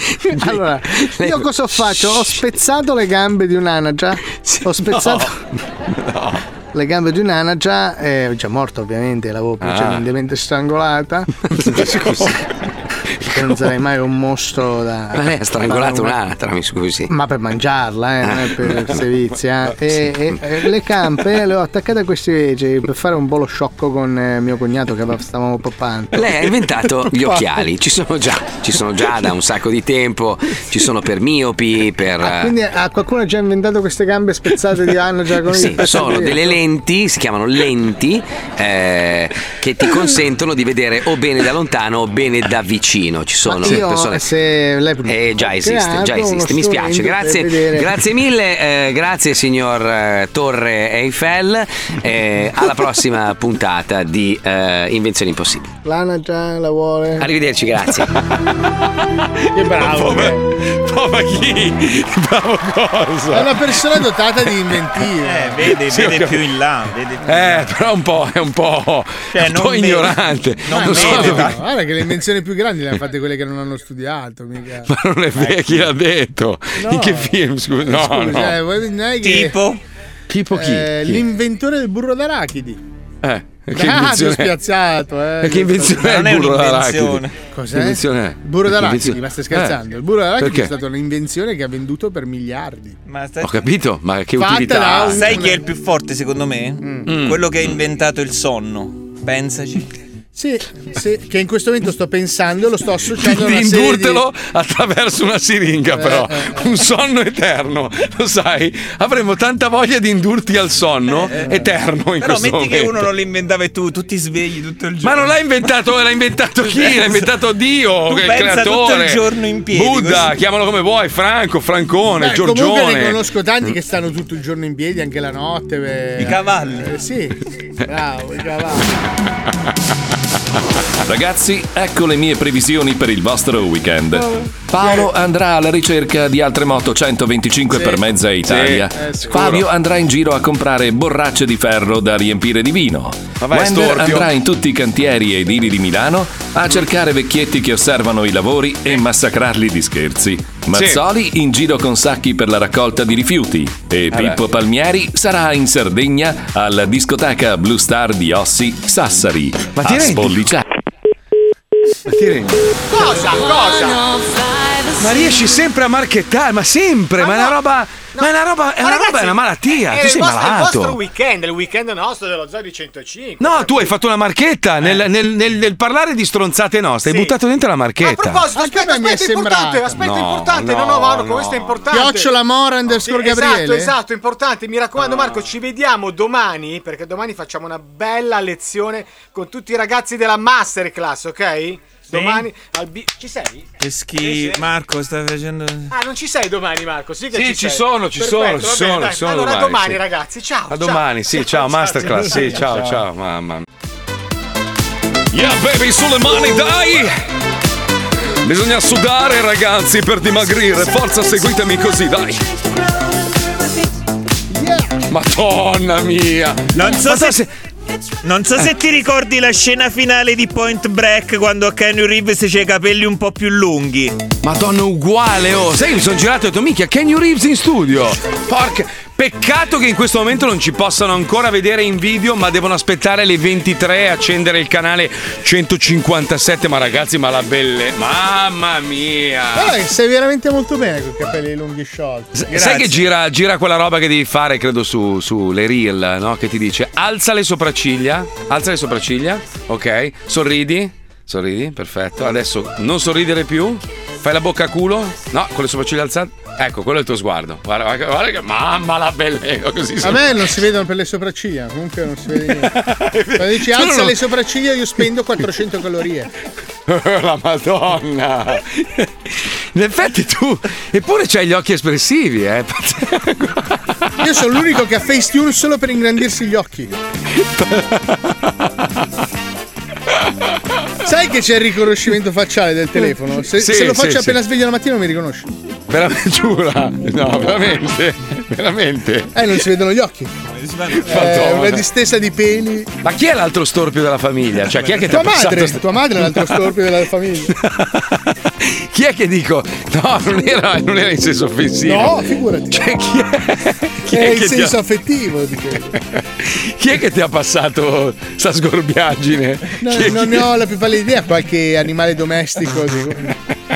Allora, io cosa ho fatto? Ho spezzato le gambe di un'anagia. Ho spezzato le gambe di un'anagia, eh, già morta ovviamente, l'avevo Ah. precedentemente strangolata. Perché non sarei mai un mostro da. Ma lei Eh, ha da strangolato un'altra, mi scusi. Ma per mangiarla, eh, non è per Ah. servizia. E, e- e le campe eh, le ho attaccate a questi veci per fare un bolo sciocco con eh, mio cognato che aveva- stavamo poppando. Lei ha inventato gli occhiali, ci sono già, ci sono già da un sacco di tempo, ci sono per miopi, per... eh, Ah, Quindi a qualcuno ha già inventato queste gambe spezzate di Anna già con il Sì, pezzo sono di- delle lenti, si chiamano lenti, eh, che ti consentono di vedere o bene da lontano o bene da vicino. Ci sono Io, persone. se lei Eh, già esiste, creato già uno esiste. Mi spiace, strumento grazie, per vedere. grazie mille, eh, grazie signor eh, Torre Eiffel. eh, alla prossima puntata di eh, Invenzioni Impossibili. L'Anna già la vuole. Arrivederci, grazie. Che bravo. Ma chi? Bravo cosa? È una persona dotata di inventiva. Eh, vede, Sì, ho vede cap- più in là, vede più Eh, però un po', è un po', Cioè, un non po' merita. ignorante. Non so merita. dove- Guarda che le invenzioni più grandi le hanno fatte quelle che non hanno studiato. Mica. Ma non è vero, chi l'ha detto? In che film? Scusa, no, Scusa, no. eh, vuoi vedere che- Tipo? Tipo chi? Eh, Chi? l'inventore del burro d'arachidi. Eh, che ah, ti ho invenzione è? spiazzato. Eh, E che invenzione è Non il burro d'arachidi? un'invenzione. Che Cos'è? invenzione è? Il burro d'arachidi, Invenzione- ma stai scherzando? Eh, Il burro d'arachidi perché? è stata un'invenzione che ha venduto per miliardi. Ma Ho capito, ma che Fatela utilità Mm. ha? eh, Sai chi è il più forte secondo me? Quello che ha inventato il sonno. Pensaci. Sì, sì, che in questo momento sto pensando, lo sto associando a Di una serie di... indurtelo attraverso una Eh, siringa, però. Un sonno eterno, lo sai? Avremo tanta voglia di indurti al sonno eterno in Eh, Però questo metti che momento. uno non l'inventava e tu, tu ti svegli tutto il giorno. Ma non l'ha inventato, l'ha inventato chi? L'ha inventato Dio, Tu che è il pensa tutto creatore. il giorno in piedi, Buddha, così. chiamalo come vuoi, Franco, Francone, Beh, Comunque ne Giorgione. conosco tanti che stanno tutto il giorno in piedi, anche la notte. beh. I cavalli. Eh, sì, sì, bravo, i cavalli. Ragazzi, ecco le mie previsioni per il vostro weekend. Oh. Paolo andrà alla ricerca di altre moto 125 Sì. per mezza Italia. Sì, eh, sicuro. Fabio andrà in giro a comprare borracce di ferro da riempire di vino. Ma vai, Wender storpio. andrà in tutti i cantieri e edili di Milano a cercare vecchietti che osservano i lavori e massacrarli di scherzi. Mazzoli in giro con sacchi per la raccolta di rifiuti. E beh. Pippo Palmieri sarà in Sardegna alla discoteca Blue Star di Ossi Sassari. Ma ti a rendi- Spollicciano. Cosa? Cosa? Ma riesci sempre a marchettare, ma sempre, ma, è una roba. Eh, Ma eh, è una roba, è una, roba, è una malattia. È tu Eh, il sei vostro- È il malato. vostro weekend, è il weekend nostro dello Zoo di 105. No, tu hai fatto una marchetta nel, nel- nel- nel parlaare di stronzate nostre. Hai buttato dentro la marchetta. A proposito, aspetta, aspetta, è importante, aspetta, No, importante, no, no, no, Marco, no. questo è importante. Chiocciola Mora underscore Esatto, Gabriele. esatto, importante. Mi raccomando, Ah. Marco, ci vediamo domani perché domani facciamo una bella lezione con tutti i ragazzi della Masterclass, ok? Domani al bi- ci sei? Che schifo. Marco sta facendo. Ah, non ci sei domani, Marco? Sì, che Sì, ci, ci sei. sono, ci Perfetto, va sono, ci bene, sono, dai. ci sono Allora, domani, domani, sì. ragazzi, ciao. A domani, sì, ciao, Masterclass, sì, ciao, ciao, mamma mia. Yeah, baby, sulle mani, dai! Bisogna sudare, ragazzi, per dimagrire. Forza, seguitemi così, dai. Eh, Madonna mia! Non so se. non so se ti ricordi la scena finale di Point Break quando a Kenny Reeves c'è i capelli un po' più lunghi. Madonna, uguale, oh! Sai, mi sono girato e ho detto, minchia, Kenny Reeves in studio! Porca. Peccato che in questo momento non ci possano ancora vedere in video, ma devono aspettare le 23 accendere il canale 157. Ma ragazzi, ma la belle. Mamma mia! Guarda che stai veramente molto bene con i capelli lunghi e sciolti. S- Sai che gira, gira quella roba che devi fare, credo, su, sulle reel, no? Che ti dice alza le sopracciglia, alza le sopracciglia, ok? Sorridi, sorridi, perfetto. Adesso non sorridere più, fai la bocca a culo, no? Con le sopracciglia alzate, ecco, quello è il tuo sguardo. Guarda, guarda, che- guarda che mamma la bellego così. A me non si vedono per le sopracciglia, comunque non si vede niente. Quando dici Sono- alza le sopracciglia io spendo 400 calorie. la madonna. In effetti tu, eppure c'hai gli occhi espressivi, eh? Io sono l'unico che ha Facetune solo per ingrandirsi gli occhi. che c'è il riconoscimento facciale del telefono? Se, Sì, se lo sì, faccio sì. appena sveglio la mattina non mi riconosci. Veramente, giura? No, veramente. Veramente. Eh, non si vedono gli occhi. Eh, Madonna. una distesa di peli. Ma chi è l'altro storpio della famiglia? Cioè, chi è che ti Tua ha passato madre, sta- tua madre è l'altro storpio della famiglia. Chi è che dico? No, non era, non era in senso offensivo. Cioè, No, figurati. chi è? è, è Eh, il che ti senso ha- affettivo. dico. Chi è che ti ha passato sta sgorbiaggine? No, Chi è- non ne ho la più pallida idea. Qualche animale domestico. dico.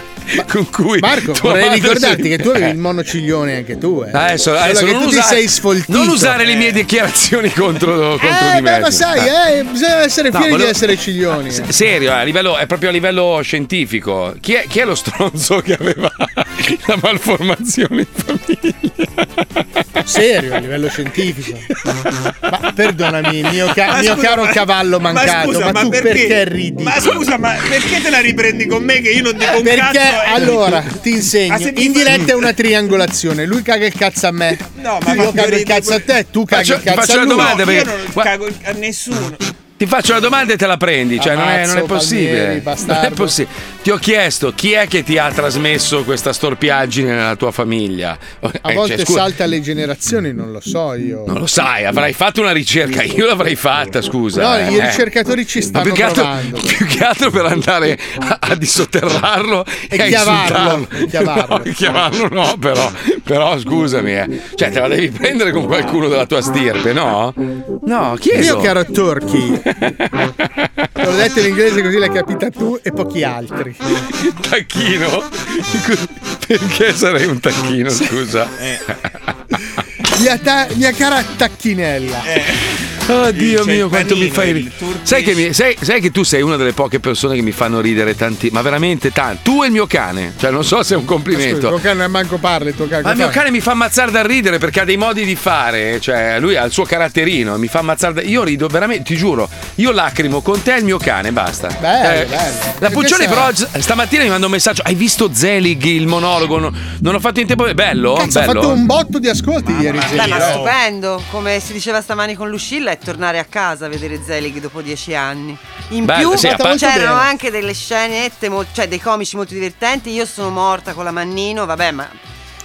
con cui Marco, tua vorrei madre ricordarti si- che tu avevi Eh. Ah, il monociglione anche tu. Eh. Adesso, Solo adesso che non tu usare, ti sei sfoltito. Non usare le mie dichiarazioni contro, contro Eh, di me. cioè. beh, ma sai, eh, bisogna essere No, fieri volevo- di essere ciglioni. S- Serio, eh, a livello- è proprio a livello scientifico. Chi è, chi è lo stronzo che aveva la malformazione? Serio, a livello scientifico. Ma perdonami, mio, ca- Ma mio scusa, caro ma- cavallo ma mancato, ma, scusa, ma tu perché, perché- ridi? Ma scusa, ma perché te la riprendi con me che io non dico un Perché cazzo? e- allora ti Ah, insegno se mi in fai- diretta è una triangolazione. Lui caga il cazzo a me. ma io Fabio cago il ridi cazzo a te, tu caghi Faccio- il ti cazzo faccio a una lui. domanda, Io perché- non Gua- cago a nessuno. Ti faccio una domanda e te la prendi, cioè non è, non è Ammazzo, Palmieri, possibile. bastardo. Non è possibile. Ti ho chiesto chi è che ti ha trasmesso questa storpiaggine nella tua famiglia. Eh, cioè, A volte salta le generazioni, non lo so io. Non lo sai, avrai fatto una ricerca, io l'avrei fatta, scusa. No, eh. i ricercatori ci Ma stanno più che, altro, provando. più che altro per andare a, a dissotterrarlo E e, a chiavarlo, insultarlo. chiavarlo. No, chiavarlo no, però, però scusami, eh. cioè te la devi prendere con qualcuno della tua stirpe, no? No, chiedo. Mio caro Torchi, l'ho detto in inglese così l'hai capita tu e pochi altri. Tacchino? Perché sarei un tacchino, scusa? Mia, ta- mia cara tacchinella. Oh Dio C'è il mio, quanto mi panino, fai il ridere. Sai, che mi- sai- sai che tu sei una delle poche persone che mi fanno ridere tanti, ma veramente tanti. Tu e il mio cane, cioè non so se è un Scusa, complimento. tuo cane manco parli, tuo cane. Ma il mio cane mi fa ammazzare da ridere perché ha dei modi di fare, cioè lui ha il suo caratterino, mi fa ammazzare da... Io rido veramente, ti giuro, io lacrimo con te e il mio cane, basta. Eh, Bello, bello. La Perché Puccioni però sa- z- stamattina mi manda un messaggio, hai visto Zelig il monologo? No- non ho fatto in tempo, è bello? Cazzo, ha oh, bello? fatto un botto di ascolti ieri Beh, ma sera. eh. stupendo, come si diceva stamani con Lucilla, è tornare a casa a vedere Zelig dopo dieci anni. In Beh, più sì, a parte- c'erano Molto bene. anche delle scenette, mo- cioè dei comici molto divertenti. Io sono morta con la Mannino, vabbè, ma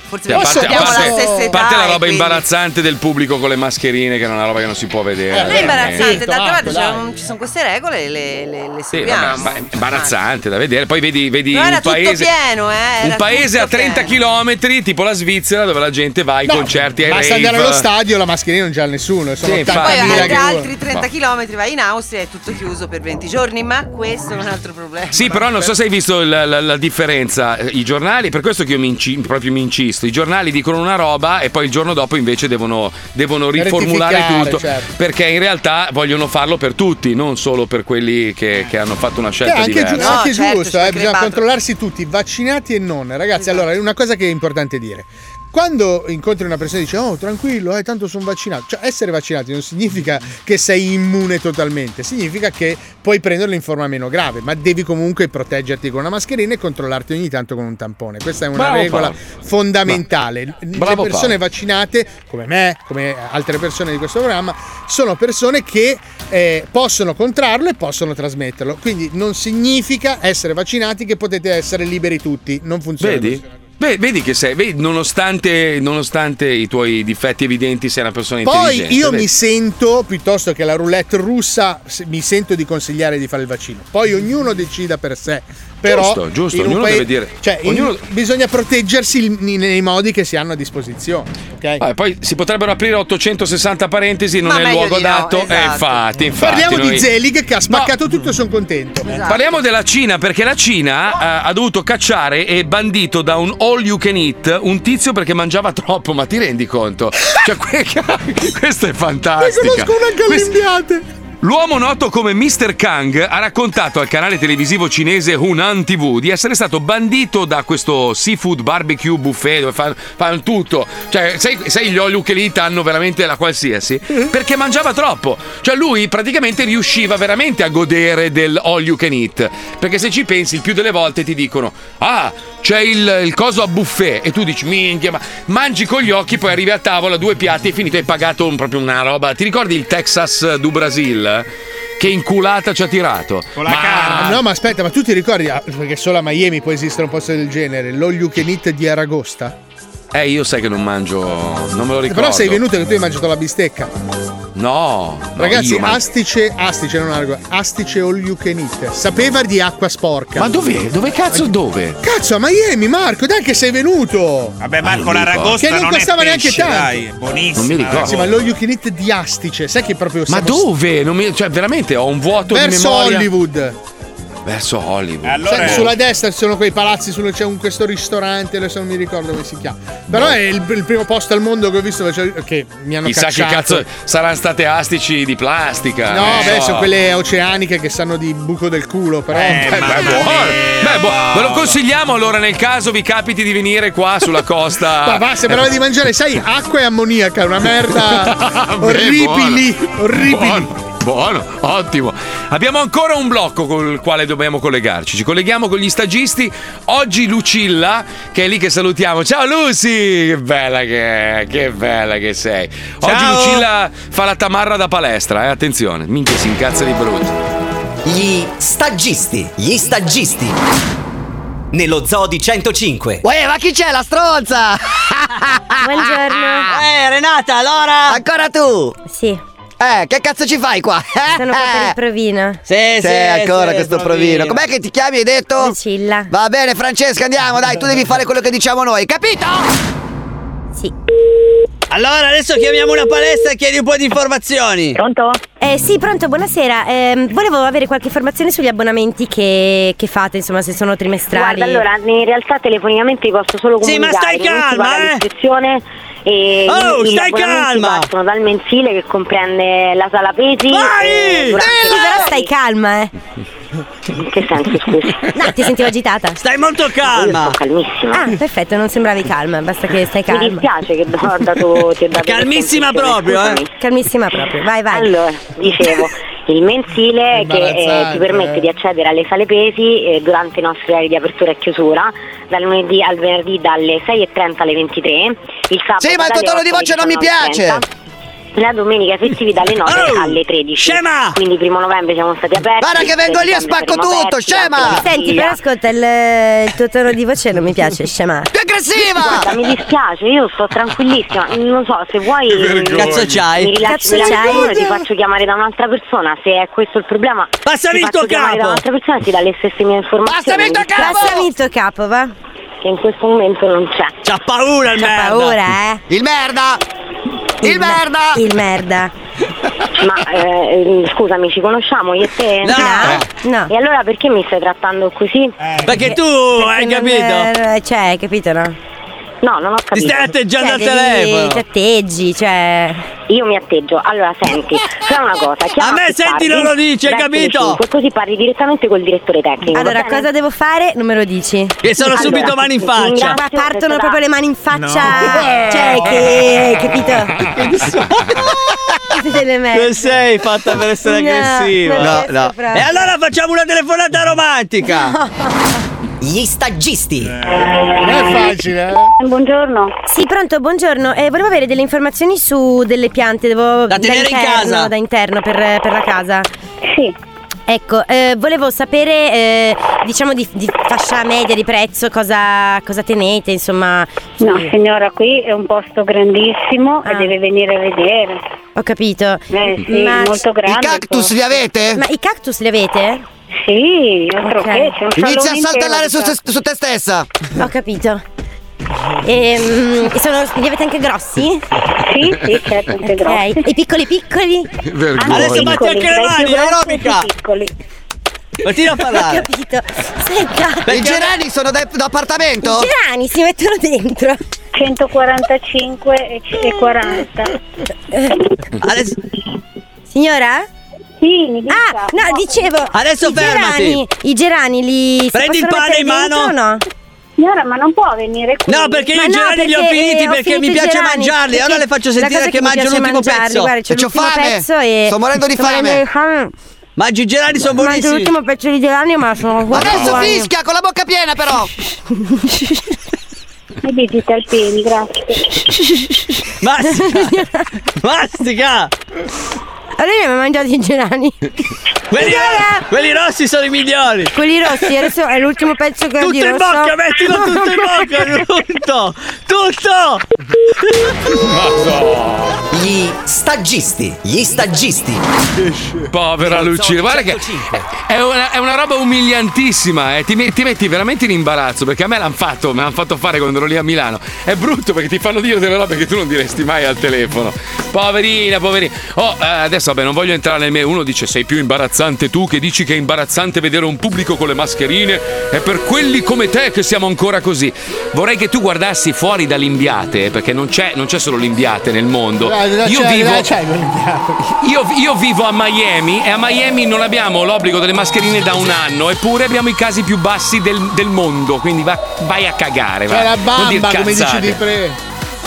forse Sì, a parte, perché a abbiamo parte- la stessa a età. parte la e roba quindi- imbarazzante del pubblico con le mascherine, che è una roba che non si può vedere. Eh, non è imbarazzante, Eh, d'altra parte Esatto, sì, cioè, non ci sono queste regole e le, le, le sì, seguiamo. vabbè, ma è imbarazzante da vedere. Poi vedi, vedi Però era un tutto paese. pieno, eh, era un paese a tutto 30 pieno. km, tipo la Svizzera, dove la gente va ai No, concerti, ai Basta rave. andare allo stadio, la mascherina non c'è a nessuno. Sono Sì, infatti. Poi 80.000 ad che altri 30 Ma- km vai in Austria è tutto chiuso per 20 giorni, ma questo è un altro problema. Sì, però non so se hai visto la, la- la differenza. I giornali, per questo che io mi inci- proprio mi incisto, i giornali dicono una roba e poi il giorno dopo invece devono, devono riformulare Rettificare, tutto. certo. Perché in realtà vogliono farlo per tutti, non solo per quelli che, che hanno fatto una Che è scelta anche, diversa. giu- anche giusto, eh, bisogna crepato. controllarsi tutti, vaccinati e non. Ragazzi, allora, una cosa che è importante dire. Quando incontri una persona e dici oh tranquillo, eh, tanto sono vaccinato, cioè essere vaccinati non significa che sei immune totalmente, significa che puoi prenderlo in forma meno grave, ma devi comunque proteggerti con una mascherina e controllarti ogni tanto con un tampone. Questa è una Bravo regola Paolo. fondamentale. Bravo Le persone Paolo. vaccinate, come me, come altre persone di questo programma, sono persone che eh, possono contrarlo e possono trasmetterlo. Quindi non significa essere vaccinati che potete essere liberi tutti. Non funziona. Vedi? così. Beh, vedi che sei, vedi, nonostante, nonostante i tuoi difetti evidenti, sei una persona Poi intelligente. io vedi? mi sento, piuttosto che la roulette russa, se- mi sento di consigliare di fare il vaccino. Poi ognuno decida per sé. Però Giusto, giusto, in un ognuno paese- deve dire- Cioè, in- ognuno- bisogna proteggersi in- nei modi che si hanno a disposizione. ok? Ah, e poi si potrebbero aprire 860 parentesi, non Ma è il meglio luogo di no, adatto. Eh, esatto. infatti, infatti. Parliamo noi- di Zelig che ha spaccato tutto e sono contento. Parliamo della Cina perché la Cina eh, ha dovuto cacciare e bandito da un all you can eat un tizio perché mangiava troppo, ma ti rendi conto? Cioè, que- questa è fantastica. Conosco una gallimbiate. L'uomo noto come Mr. Kang ha raccontato al canale televisivo cinese Hunan TV di essere stato bandito da questo seafood barbecue buffet dove fanno, fanno tutto. Cioè, sai, sai gli olio che lì hanno veramente la qualsiasi? Perché mangiava troppo. Cioè, lui praticamente riusciva veramente a godere del all you can eat. Perché se ci pensi, il più delle volte ti dicono: Ah, c'è il, il coso a buffet. E tu dici: Minchia, ma mangi con gli occhi, poi arrivi a tavola, due piatti e finito, hai pagato un- proprio una roba. Ti ricordi il Texas du eh, Brasil? Che che inculata ci ha tirato. Ma- Ah, No, ma aspetta, ma tu ti ricordi ah, perché solo a Miami può esistere un posto del genere? L'all you can eat di Aragosta? Eh, io sai che non mangio. Non me lo ricordo. Eh, Però sei venuto che tu hai mangiato la bistecca. No, no, Ragazzi, io mangio- astice, astice, non algo, astice all you can eat. Sapeva di acqua sporca. Ma dov'è? Dove cazzo dove? Cazzo, a Miami, Marco, dai che sei venuto! Vabbè, Marco, mi ricordo. l'aragosta Che non non costava è neanche pesce, tanto. dai, buonissimo. Non mi ricordo. Ragazzi, ma lo you can eat di astice, sai che proprio Ma siamo dove? Non mi- Cioè, veramente ho un vuoto di Verso memoria. Hollywood. Verso Hollywood. Sai, sulla destra ci sono quei palazzi, sul- c'è un, questo ristorante, adesso non mi ricordo come si chiama. Però No. è il, il primo posto al mondo che ho visto cioè, che mi hanno Chissà che cacciato. cazzo saranno state astici di plastica. No, eh, beh, so. sono quelle oceaniche che sanno di buco del culo, però. Eh, beh, ma- buono. Beh, buono. Ve lo consigliamo allora nel caso vi capiti di venire qua sulla costa. Ma va, sembrava di mangiare, sai, acqua e ammoniaca, una merda orribili, orribili. Buono. Buono, ottimo. Abbiamo ancora un blocco col quale dobbiamo collegarci. Ci colleghiamo con gli stagisti. Oggi Lucilla, che è lì che salutiamo. Ciao Lucy! Che bella che è, che bella che sei. Oggi Ciao. Lucilla fa la tamarra da palestra, eh, attenzione. Minchia si incazza di brutto. Gli stagisti, gli stagisti. Nello zoo di 105. Uè, ma chi c'è la stronza? Buongiorno. Eh, Renata, Lora. Ancora tu? Sì. Eh, che cazzo ci fai qua? Sono qua per il provino. Sì, Eh, sì, ancora sì, questo provino. provino. Com'è che ti chiami, hai detto? Lucilla. Va bene, Francesca, andiamo, dai, tu devi fare quello che diciamo noi, capito? Sì. Allora, adesso chiamiamo una palestra e chiedi un po' di informazioni. Pronto? Eh sì, pronto, buonasera. Ehm, volevo avere qualche informazione sugli abbonamenti che, che fate, insomma, se sono trimestrali. Guarda, allora, in realtà telefonicamente posso solo Sì, ma stai comunicare, calma, non si paga eh! E Oh, i- gli stai abbonamenti calma! Sono dal mensile che comprende la sala pesi. Vai! e durante- però stai calma, eh. In che senso, scusi? No, ti sentivo agitata. Stai molto calma. calmissima. Ah, perfetto, non sembravi calma, basta che stai calma. Mi dispiace che ho dato, ti ho dato Calmissima proprio, eh. Calmissima proprio, vai vai. Allora, dicevo, il mensile che eh, ti Imbarazzante, permette eh. di accedere alle sale pesi eh, durante i nostri orari di apertura e chiusura, dal lunedì al venerdì dalle 6.30 alle 23, il sabato Sì, ma il tuo dalle tono di 8 voce non mi alle piace. 19.30. La domenica e festivi dalle 9 alle 13. Scema! Quindi primo novembre siamo stati aperti. Guarda che vengo lì e spacco tutto, scema! Senti, però ascolta, il, tuo tono di voce non mi piace, scema. Più aggressiva! Guarda, mi dispiace, io sto tranquillissima. Non so, se vuoi. Cazzo c'hai? Mi rilascio, Cazzo mi rilascio c'hai? io, ti faccio chiamare da un'altra persona. Se è questo il problema. Passami ti il tuo faccio chiamare capo. da un'altra persona e ti dà le stesse mie informazioni. Passami il tuo Mi dispiace. capo. Passami il tuo capo, va. Che in questo momento non c'è. C'ha paura il C'ha merda. paura, eh? Il merda! Il, merda! Il merda. Ma eh, scusami, ci conosciamo io e te? No. Eh, no. E allora perché mi stai trattando così? Perché tu hai non- capito? eh, cioè, hai capito, no? No, non ho capito. stai atteggiando al devi- telefono. Ti atteggi, cioè. Io mi atteggio. Allora, senti, c'è una cosa. A me senti, non lo dici, dice, hai capito? così parli direttamente col direttore tecnico. Allora, cosa devo fare? Non me lo dici. Che sono subito mani in faccia. Ma partono proprio le mani in faccia. No. Eh. Cioè, che. capito? Che delle Che me. sei fatta per essere No, aggressiva? non riesco E proprio. allora facciamo una telefonata romantica. Gli stagisti. Non è facile, eh? Buongiorno. Sì, pronto, buongiorno. Eh, volevo avere delle informazioni su delle piante. Devo da tenere in interno, casa. Da interno per, per la casa. Sì. Ecco, eh, volevo sapere, eh, diciamo, di, di fascia media di prezzo, cosa, cosa tenete, insomma. No, Sì. signora, qui è un posto grandissimo e deve venire a vedere. Ah. Ho capito. Eh, sì, molto grande. li avete? Ma i cactus li avete? Sì, altro che, c'è un Inizia a saltellare su, te- su te stessa. Ho capito. Ehm, sono, li avete anche grossi? Sì, sì, certo, anche grossi. I piccoli piccoli? Vergogna. Adesso batti Piccoli, anche le dai, mani, più grossi aerobica. che Piccoli. Continua a Ho parlare. capito. Senta. Perché- I gerani sono da, appartamento? I gerani si mettono dentro. 145 e c- e 40. Eh, Signora? Sì, mi Ah, no, dicevo. Adesso i fermati. gerani, I gerani li si Prendi il possono pane in mettere dentro mano. o no? Signora, ma non può venire qui. No, perché io i gerani li ho finiti eh, ho perché mi finito i piace gerani, mangiarli. Allora perché le faccio la sentire cosa che mi mangio piace l'ultimo mangiarli, pezzo. Guarda, c'è E c'ho l'ultimo fame. pezzo e Sto morendo di sto morendo fame. di fame. Mangio i gerani, sono Mangio buonissimi. l'ultimo pezzo di gerani, ma sono Adesso buoni. fischia con la bocca piena però. Mi visita il peni, grazie. Mastica! Mastica! Allora io ne ho mangiati i gerani. Quelli, quelli rossi sono i migliori. Quelli rossi, adesso è l'ultimo pezzo che ho Tutto di in rosso. bocca, mettilo tutto in bocca. Tutto, tutto. Gli stagisti, gli stagisti. Povera Lucilla, guarda che 105. è una, è una roba umiliantissima, eh. ti, me- ti metti veramente in imbarazzo perché a me l'hanno fatto, me l'hanno fatto fare quando ero lì a Milano. È brutto perché ti fanno dire delle robe che tu non diresti mai al telefono. Poverina, poverina. Oh, eh, adesso vabbè, non voglio entrare nel me. Uno dice sei più imbarazzante tu che dici che è imbarazzante vedere un pubblico con le mascherine. È per quelli come te che siamo ancora così. Vorrei che tu guardassi fuori dall'imbiate, eh, perché non c'è, non c'è solo l'imbiate nel mondo. Io vivo io, io vivo a Miami e a Miami non abbiamo l'obbligo delle mascherine da un anno, eppure abbiamo i casi più bassi del, del mondo, quindi va- vai a cagare. C'è va. la Non dir bamba, come dici cazzate. di pre.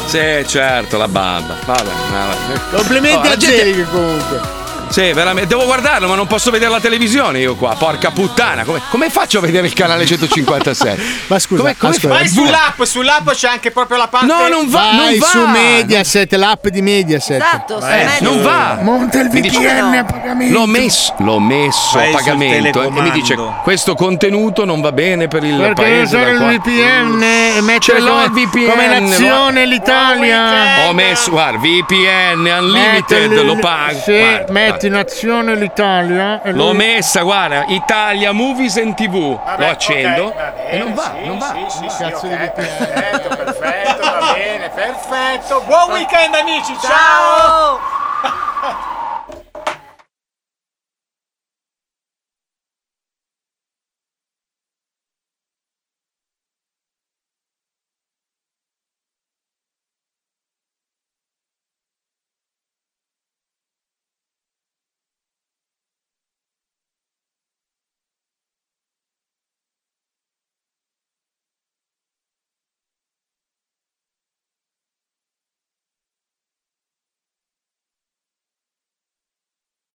Sì, certo, la bamba. Vabbè, vabbè. Complimenti Oh, la a gente- Zelig comunque. Sì, veramente. Devo guardarlo, ma non posso vedere la televisione io qua. Porca puttana, come, come faccio a vedere il canale 156? ma scusa, come, come Vai fai? sull'app, sull'app c'è anche proprio la parte. eh, No, non va, Vai su Mediaset, l'app di Mediaset. Esatto, Vai. Eh, non va. Monta il Mi dice- VPN a pagamento. L'ho messo, l'ho messo a Vai sul pagamento eh, e mi telecomando. dice questo contenuto non va bene per il Perché paese. usare da il qua." VPN e Ce mettere l'ho come, il VPN. come nazione Oh, l'Italia. Ho Oh, messo, guarda, VPN Oh, Unlimited, Metti l- lo pago. Sì, guarda, metti nazione l'Italia. e guarda. L'ho lui- messa, guarda, Italia Movies and TV. lo accendo. e non va, non va. Eh, Sì, sì, sì, ok, Ah. perfetto, perfetto, va bene, perfetto. Buon weekend amici, ciao.